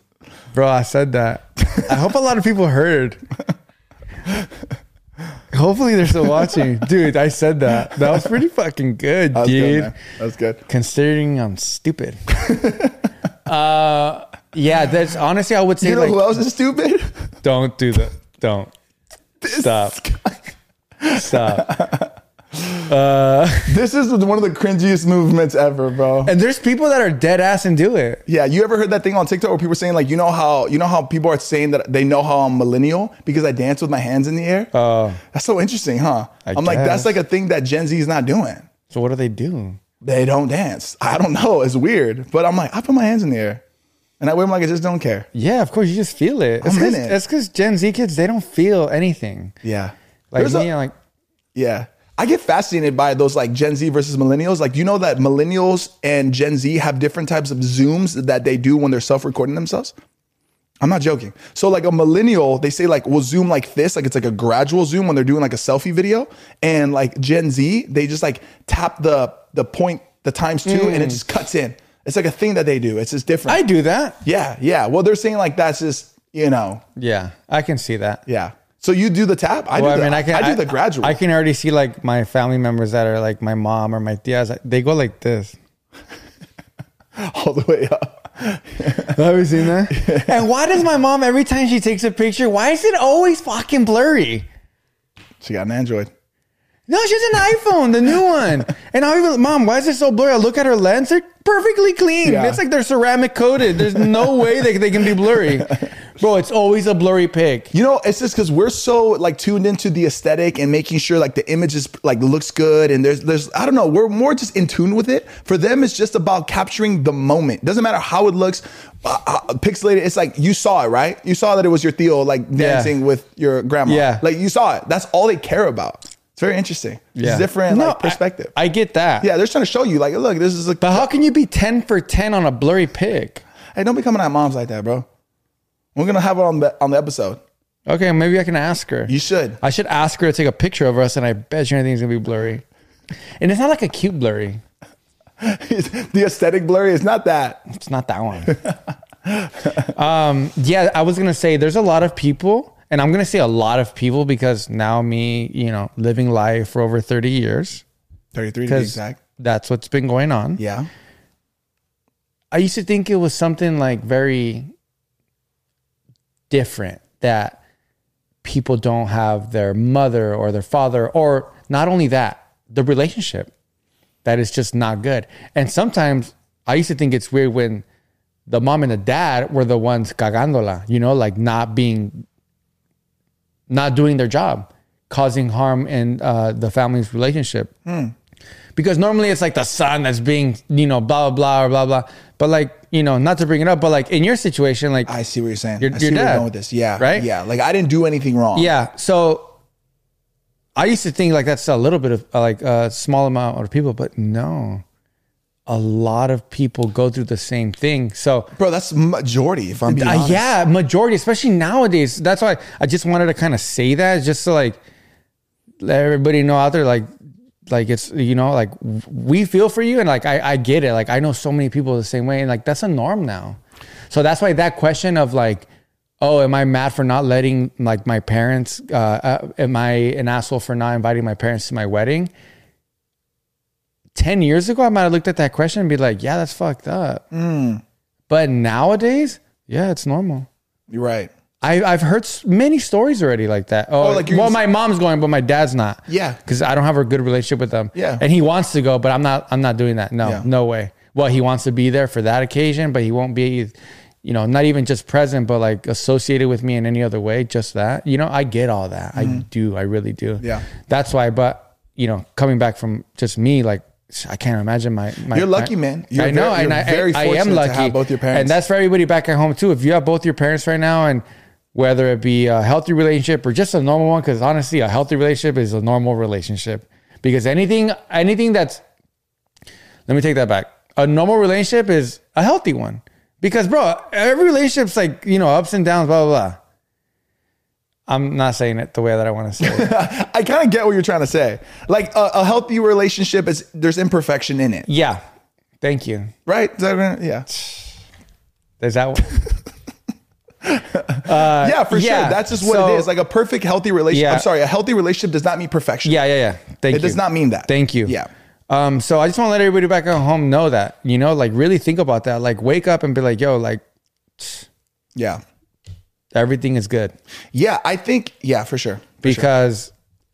Speaker 3: Bro, I said that. I hope a lot of people heard. Hopefully they're still watching. Dude, I said that. That was pretty fucking good,
Speaker 2: That's
Speaker 3: dude.
Speaker 2: good. Man. That's good.
Speaker 3: Considering I'm
Speaker 2: <laughs>
Speaker 3: stupid. uh yeah, that's honestly I would say
Speaker 2: You know
Speaker 3: like
Speaker 2: who else is stupid? <laughs>
Speaker 3: don't do that. Don't.
Speaker 2: This
Speaker 3: Stop.
Speaker 2: guy.
Speaker 3: Stop. Uh
Speaker 2: This is one of the cringiest movements ever, bro.
Speaker 3: <laughs> and there's people that are dead ass and do it.
Speaker 2: Yeah, you ever heard that thing on TikTok where people saying like, you know how you know how people are saying that they know how I'm millennial because I dance with my hands in the air.
Speaker 3: Uh
Speaker 2: that's so interesting, huh? I am like, that's
Speaker 3: guess.
Speaker 2: like a thing that Gen Z is not doing.
Speaker 3: so what do they do?
Speaker 2: They don't dance. I don't know. It's weird, but I'm like, I put my hands in the air, and I wave them like I just don't care.
Speaker 3: Yeah, of course you just feel it. It's
Speaker 2: I'm in
Speaker 3: 'cause-
Speaker 2: it.
Speaker 3: It's because Gen Z kids they don't feel anything.
Speaker 2: Yeah,
Speaker 3: Like
Speaker 2: There's a-
Speaker 3: me, I'm like
Speaker 2: Yeah. I get fascinated by those like Gen Z versus millennials. Like, you know that millennials and Gen Z have different types of Zooms that they do when they're self recording themselves? I'm not joking. So, like a millennial, they say like we'll zoom like this, like it's like a gradual zoom when they're doing like a selfie video. And like Gen Z, they just like tap the the point, the times two, and it just cuts in. It's like a thing that they do. It's just different.
Speaker 3: Mm. I do that.
Speaker 2: yeah, yeah. Well, they're saying like that's just, you know,
Speaker 3: Yeah, I can see that.
Speaker 2: yeah. So you do the tap.
Speaker 3: Well,
Speaker 2: I do
Speaker 3: I
Speaker 2: the,
Speaker 3: mean, I can.
Speaker 2: I, do the gradual.
Speaker 3: I can already see like my family members that are like my mom or my tias. They go like
Speaker 2: <laughs>
Speaker 3: this.
Speaker 2: <laughs> all the way up.
Speaker 3: Have you seen that? <laughs> and why does my mom every time she takes a picture? Why is it always fucking blurry?
Speaker 2: She got an Android.
Speaker 3: No, she has an iPhone, the new
Speaker 2: <laughs>
Speaker 3: one. And I even, mom, why is it so blurry? I look at her lens; they're perfectly clean.
Speaker 2: Yeah.
Speaker 3: It's like they're ceramic coated. There's
Speaker 2: <laughs>
Speaker 3: no way they, they can be blurry, bro. It's always a blurry pic.
Speaker 2: You know, it's just because we're so like tuned into the aesthetic and making sure like the image is like looks good and there's there's I don't know we're more just in tune with it. For them, it's just about capturing the moment. Doesn't matter how it looks, uh, uh, pixelated. It's like you saw it, right? You saw that it was your Theo like dancing with your grandma.
Speaker 3: Yeah.
Speaker 2: like you saw it. That's all they care about. It's very interesting. It's different
Speaker 3: No,
Speaker 2: like,
Speaker 3: I-
Speaker 2: perspective.
Speaker 3: I, get that.
Speaker 2: yeah, they're trying to show you like, look, this is like.
Speaker 3: But how can you be 10 for 10 on a blurry pic?
Speaker 2: Hey, don't be coming at moms like that, bro. We're gonna have it on the on the episode.
Speaker 3: Okay, maybe I can ask her.
Speaker 2: You should. <laughs>
Speaker 3: I should ask her to take a picture of us, and I bet you anything's gonna be blurry. And it's not like a cute blurry.
Speaker 2: the aesthetic blurry is not that.
Speaker 3: It's not that one.
Speaker 2: <laughs>
Speaker 3: um, yeah, I was gonna say there's a lot of people, and I'm gonna say a lot of people because now me, you know, living life for over 30 years,
Speaker 2: 33 to be
Speaker 3: because
Speaker 2: exact.
Speaker 3: that's what's been going on.
Speaker 2: Yeah.
Speaker 3: I used to think it was something like very different that people don't have their mother or their father, or not only that, the relationship that is just not good. And sometimes I used to think it's weird when the mom and the dad were the ones cagándola, you know, like not being, not doing their job, causing harm in uh, the family's relationship because normally it's like the son that's being you know blah blah blah or blah blah but like you know not to bring it up but like in your situation like
Speaker 2: I see what you're saying.
Speaker 3: Your-
Speaker 2: I see
Speaker 3: your
Speaker 2: where you're
Speaker 3: dad,
Speaker 2: going with this. Yeah.
Speaker 3: right?
Speaker 2: Yeah. Like I didn't do anything wrong.
Speaker 3: yeah so i used to think like that's a little bit of uh, like a small amount of people but no a lot of people go through the same thing so
Speaker 2: Bro, that's majority if I'm being
Speaker 3: uh,
Speaker 2: honest.
Speaker 3: yeah majority especially nowadays that's why i just wanted to kind of say that just to like let everybody know out there like like it's you know like w- we feel for you and like i i get it like i know so many people the same way and like that's a norm now so that's why that question of like oh, am I mad for not letting like my parents? Uh, uh, am I an asshole for not inviting my parents to my wedding? Ten years ago, I might have looked at that question and be like, yeah, that's fucked up. But nowadays, yeah, it's normal.
Speaker 2: You're right.
Speaker 3: I, I've heard s- many stories already like that. Oh,
Speaker 2: Oh, like you-
Speaker 3: well, my mom's going, but my dad's not.
Speaker 2: Yeah.
Speaker 3: because I don't have a good relationship with them.
Speaker 2: Yeah.
Speaker 3: and he wants to go, but I'm not. I'm not doing that. No,
Speaker 2: Yeah.
Speaker 3: no way. Well, he wants to be there for that occasion, but he won't be, you know, not even just present, but like associated with me in any other way. Just that, you know, I get all that. I do. I really do.
Speaker 2: Mm-hmm. Yeah.
Speaker 3: that's why. But you know, coming back from just me, like I can't imagine my. my
Speaker 2: You're lucky,
Speaker 3: my-
Speaker 2: man. You're
Speaker 3: I know,
Speaker 2: very-
Speaker 3: and
Speaker 2: you're
Speaker 3: I,
Speaker 2: very
Speaker 3: I, I
Speaker 2: fortunate
Speaker 3: am
Speaker 2: to
Speaker 3: lucky.
Speaker 2: have both your parents.
Speaker 3: and that's for everybody back at home too. If you have both your parents right now, and whether it be a healthy relationship or just a normal one, because honestly, a healthy relationship is a normal relationship. Because anything, anything that's, let me take that back. A normal relationship is a healthy one. Because bro, every relationship's like you know ups and downs, blah blah blah. I'm not saying it the way that I want to
Speaker 2: <laughs>
Speaker 3: say. it.
Speaker 2: I kind of get what you're trying to say. Like a, a healthy relationship is there's imperfection in it,
Speaker 3: yeah, thank you.
Speaker 2: right? Is that right? Yeah,
Speaker 3: Is that?
Speaker 2: Uh, yeah, for
Speaker 3: yeah.
Speaker 2: sure. That's just what
Speaker 3: So-
Speaker 2: it is. Like a perfect healthy relationship.
Speaker 3: Yeah.
Speaker 2: I'm sorry, a healthy relationship does not mean perfection.
Speaker 3: Yeah, yeah, yeah. Thank you.
Speaker 2: it does not mean that.
Speaker 3: Thank you.
Speaker 2: Yeah,
Speaker 3: Um, so I just want to let everybody back at home know that, you know, like really think about that. Like wake up and be like, yo, like
Speaker 2: yeah,
Speaker 3: everything is good.
Speaker 2: yeah. I think yeah, for sure. For sure.
Speaker 3: Because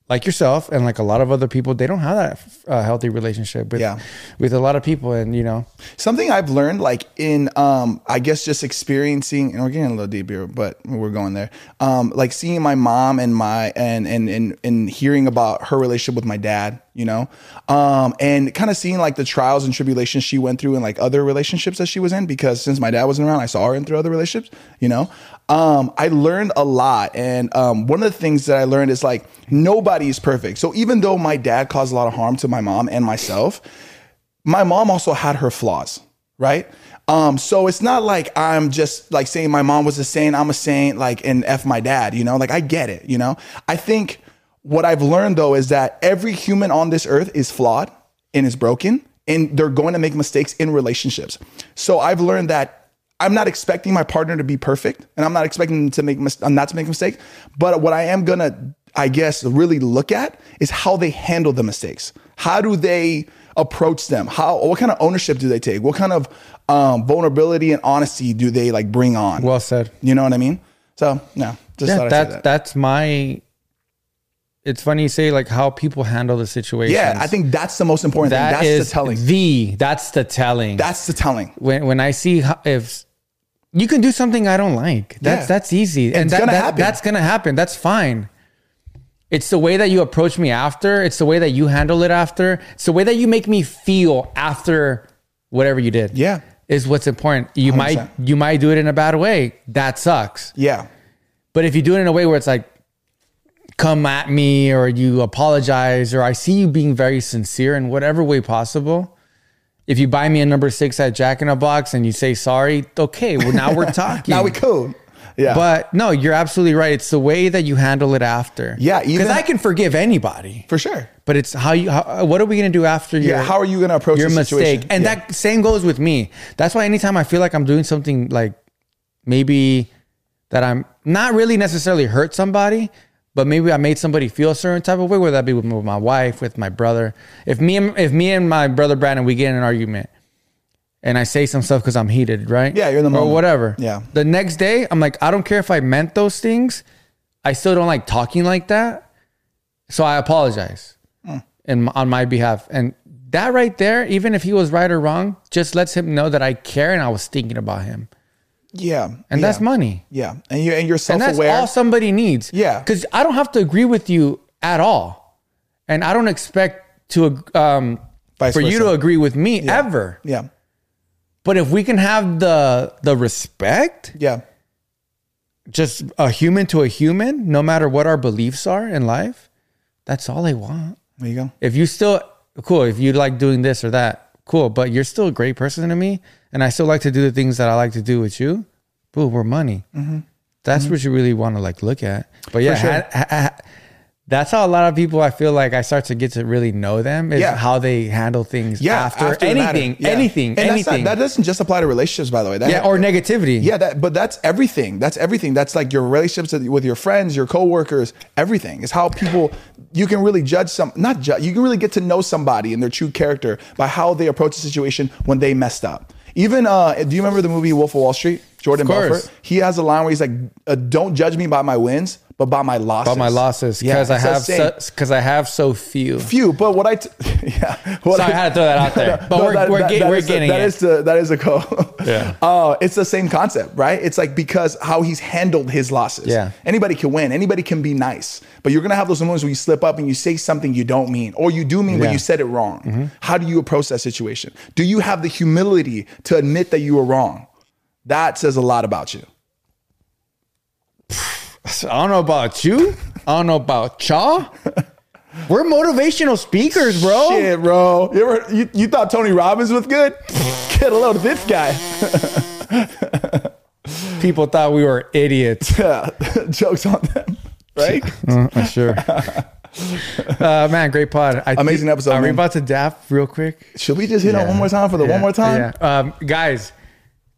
Speaker 3: like yourself and like a lot of other people, they don't have that uh, healthy relationship with,
Speaker 2: Yeah.
Speaker 3: with a lot of people. And, you know,
Speaker 2: Something I've learned, like in, um, I guess just experiencing, and we're getting a little deep here, but we're going there. Um, like seeing my mom and my and and and and hearing about her relationship with my dad, you know, um, and kind of seeing like the trials and tribulations she went through and like other relationships that she was in. Because since my dad wasn't around, I saw her in through other relationships, you know. Um, I learned a lot, and um, one of the things that I learned is like nobody is perfect. So even though my dad caused a lot of harm to my mom and myself my mom also had her flaws, right? Um, so it's not like I'm just like saying my mom was a saint, I'm a saint, like and F my dad, you know? Like I get it, you know? I think what I've learned though is that every human on this earth is flawed and is broken, and they're going to make mistakes in relationships. So I've learned that I'm not expecting my partner to be perfect, and I'm not expecting them to make mis- uh, not to make mistakes. But what I am gonna, I guess, really look at is how they handle the mistakes. How do they approach them? How what kind of ownership do they take? What kind of um, vulnerability and honesty do they like bring on?
Speaker 3: well said.
Speaker 2: you know what I mean. So no, just
Speaker 3: Yeah,
Speaker 2: thought I'd say
Speaker 3: that,
Speaker 2: that.
Speaker 3: that's my, it's funny you say like how people handle the situation.
Speaker 2: Yeah, I think that's the most important
Speaker 3: that
Speaker 2: thing. That's
Speaker 3: is
Speaker 2: the telling.
Speaker 3: the, that's the telling.
Speaker 2: that's the telling.
Speaker 3: when when I see how, if you can do something I don't like, that's
Speaker 2: Yeah.
Speaker 3: that's easy, and
Speaker 2: It's
Speaker 3: that,
Speaker 2: gonna
Speaker 3: that-
Speaker 2: happen.
Speaker 3: that's gonna happen. That's fine. It's the way that you approach me after. It's the way that you handle it after. It's the way that you make me feel after whatever you did.
Speaker 2: Yeah.
Speaker 3: is what's important. You might
Speaker 2: 100%.
Speaker 3: you might do it in a bad way. That sucks.
Speaker 2: Yeah,
Speaker 3: But if you do it in a way where it's like, come at me, or you apologize, or I see you being very sincere in whatever way possible. If you buy me a number six at Jack in a Box and you say sorry, okay, well now we're talking.
Speaker 2: <laughs> now we cool. Yeah,
Speaker 3: But no, you're absolutely right. It's the way that you handle it after.
Speaker 2: Yeah, even-
Speaker 3: because I can forgive anybody,
Speaker 2: for sure.
Speaker 3: but it's how you. How, what are we gonna do after your?
Speaker 2: Yeah, how are you gonna approach
Speaker 3: your
Speaker 2: the
Speaker 3: mistake.
Speaker 2: situation?
Speaker 3: And
Speaker 2: Yeah.
Speaker 3: that same goes with me. That's why anytime I feel like I'm doing something like maybe that I'm not really necessarily hurt somebody, but maybe I made somebody feel a certain type of way, whether that be with my- with my wife, with my brother. If me and if me and my brother Brandon we get in an argument and I say some stuff because I'm heated, right?
Speaker 2: Yeah, you're in the
Speaker 3: or
Speaker 2: moment.
Speaker 3: whatever.
Speaker 2: Yeah.
Speaker 3: The next day, I'm like, I don't care if I meant those things. I still don't like talking like that. So I apologize
Speaker 2: Hmm.
Speaker 3: in, on my behalf. And that right there, even if he was right or wrong, just lets him know that I care and I was thinking about him.
Speaker 2: yeah,
Speaker 3: And that's
Speaker 2: yeah.
Speaker 3: money.
Speaker 2: Yeah, and you and you're
Speaker 3: And
Speaker 2: self
Speaker 3: that's
Speaker 2: aware.
Speaker 3: all somebody needs.
Speaker 2: Yeah.
Speaker 3: Because I don't have to agree with you at all. And I don't expect to ag- um,
Speaker 2: Vice
Speaker 3: for you to
Speaker 2: versa.
Speaker 3: agree with me ever.
Speaker 2: yeah,
Speaker 3: But if we can have the the respect,
Speaker 2: yeah,
Speaker 3: just a human to a human, no matter what our beliefs are in life, that's all I want.
Speaker 2: there you go.
Speaker 3: If you still cool, if you like doing this or that, cool, but you're still a great person to me, and I still like to do the things that I like to do with you. Boo, we're money. That's what you really want to like look at. But yeah,
Speaker 2: Mm-hmm. sure.
Speaker 3: ha- ha- ha- That's how a lot of people I feel like I start to get to really know them is
Speaker 2: Yeah.
Speaker 3: how they handle things
Speaker 2: Yeah,
Speaker 3: after,
Speaker 2: the matter.
Speaker 3: anything,
Speaker 2: Yeah.
Speaker 3: anything,
Speaker 2: And that's not-
Speaker 3: anything.
Speaker 2: that doesn't just apply to relationships, by the way. That,
Speaker 3: yeah, or negativity.
Speaker 2: yeah, that. But that's everything. That's everything. That's like your relationships with your friends, your coworkers, everything. It's how people you can really judge some. Not judge. You can really get to know somebody and their true character by how they approach the situation when they messed up. Even uh, do you remember the movie Wolf of Wall Street? Jordan
Speaker 3: Of course.
Speaker 2: Belfort. He has a line where he's like, uh, "Don't judge me by my wins, but by my losses."
Speaker 3: All my losses
Speaker 2: Yeah,
Speaker 3: because I
Speaker 2: it's the
Speaker 3: have
Speaker 2: same.
Speaker 3: because I have so few.
Speaker 2: few. But what I, t- <laughs> yeah, what
Speaker 3: Sorry, I had to throw that out there. But
Speaker 2: <laughs> No,
Speaker 3: we're,
Speaker 2: that-
Speaker 3: we're,
Speaker 2: that-
Speaker 3: get-
Speaker 2: that
Speaker 3: we're
Speaker 2: is the-
Speaker 3: getting
Speaker 2: that
Speaker 3: it.
Speaker 2: is the that is a call. <laughs>
Speaker 3: Yeah.
Speaker 2: Oh, it's the same concept, right? It's like because how he's handled his losses.
Speaker 3: Yeah.
Speaker 2: Anybody can win. Anybody can be nice, but you're gonna have those moments where you slip up and you say something you don't mean, or you do mean but
Speaker 3: Yeah. Mm-hmm.
Speaker 2: you said it wrong. How do you approach that situation? Do you have the humility to admit that you were wrong? That says a lot about you.
Speaker 3: I don't know about you. I don't know about
Speaker 2: <laughs>
Speaker 3: y'all. We're motivational speakers, bro.
Speaker 2: Shit, bro. You, ever, you, you thought Tony Robbins was good? <laughs> Get a load of this guy. <laughs>
Speaker 3: People thought we were idiots.
Speaker 2: Jokes on them, right?
Speaker 3: <laughs> Uh, sure. Uh, man, great pod. I
Speaker 2: Amazing
Speaker 3: think-
Speaker 2: episode,
Speaker 3: Are we
Speaker 2: man.
Speaker 3: about to dap real quick?
Speaker 2: Should we just hit on
Speaker 3: Yeah.
Speaker 2: one more time for the
Speaker 3: Yeah.
Speaker 2: one more time?
Speaker 3: Yeah. Um, guys,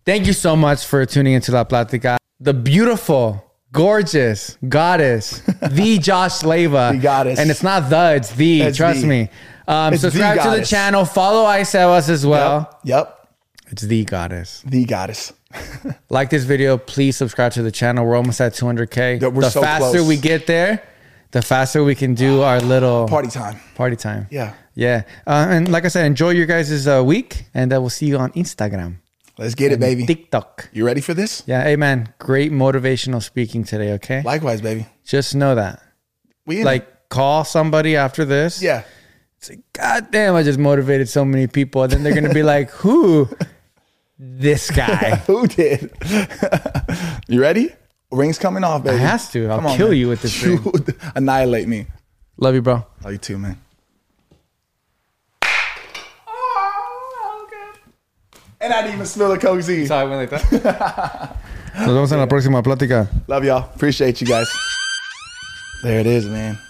Speaker 3: thank you so much for tuning into La Platica. The beautiful, gorgeous
Speaker 2: <laughs>
Speaker 3: goddess, the Josh Leva.
Speaker 2: The goddess.
Speaker 3: And it's not the, it's the.
Speaker 2: It's
Speaker 3: trust
Speaker 2: the.
Speaker 3: me. Um,
Speaker 2: It's the
Speaker 3: subscribe to the
Speaker 2: goddess.
Speaker 3: channel. Follow Isevas as well.
Speaker 2: Yep. Yep.
Speaker 3: It's the goddess.
Speaker 2: The goddess.
Speaker 3: Like this video. Please subscribe to the channel. We're almost at 200K.
Speaker 2: Dude, we're
Speaker 3: the
Speaker 2: so
Speaker 3: faster
Speaker 2: close.
Speaker 3: we get there, the faster we can do our little
Speaker 2: Party time.
Speaker 3: party time.
Speaker 2: Yeah.
Speaker 3: Yeah. Uh, and like I said, enjoy your guys' uh, week. And uh, we'll see you on Instagram.
Speaker 2: Let's get it, baby.
Speaker 3: TikTok.
Speaker 2: You ready for this?
Speaker 3: Yeah, hey man, great motivational speaking today, okay?
Speaker 2: Likewise, baby.
Speaker 3: Just know that.
Speaker 2: We in it.
Speaker 3: Like call somebody after this.
Speaker 2: yeah. <laughs>
Speaker 3: Say, God damn, I just motivated so many people. And then they're gonna be
Speaker 2: <laughs>
Speaker 3: like, who? This guy.
Speaker 2: Who did? <laughs> you ready? Ring's coming off, baby.
Speaker 3: I has to. I'll
Speaker 2: Come on,
Speaker 3: kill
Speaker 2: man.
Speaker 3: you with
Speaker 2: <laughs>
Speaker 3: this
Speaker 2: You
Speaker 3: ring.
Speaker 2: would annihilate me.
Speaker 3: Love you, bro.
Speaker 2: Love you too, man.
Speaker 1: Oh, okay.
Speaker 2: And I didn't even smell the Coke Z.
Speaker 3: Sorry, went like that. Nos vemos en la próxima plática. <laughs>
Speaker 2: Love y'all. Appreciate you guys. There it is, man.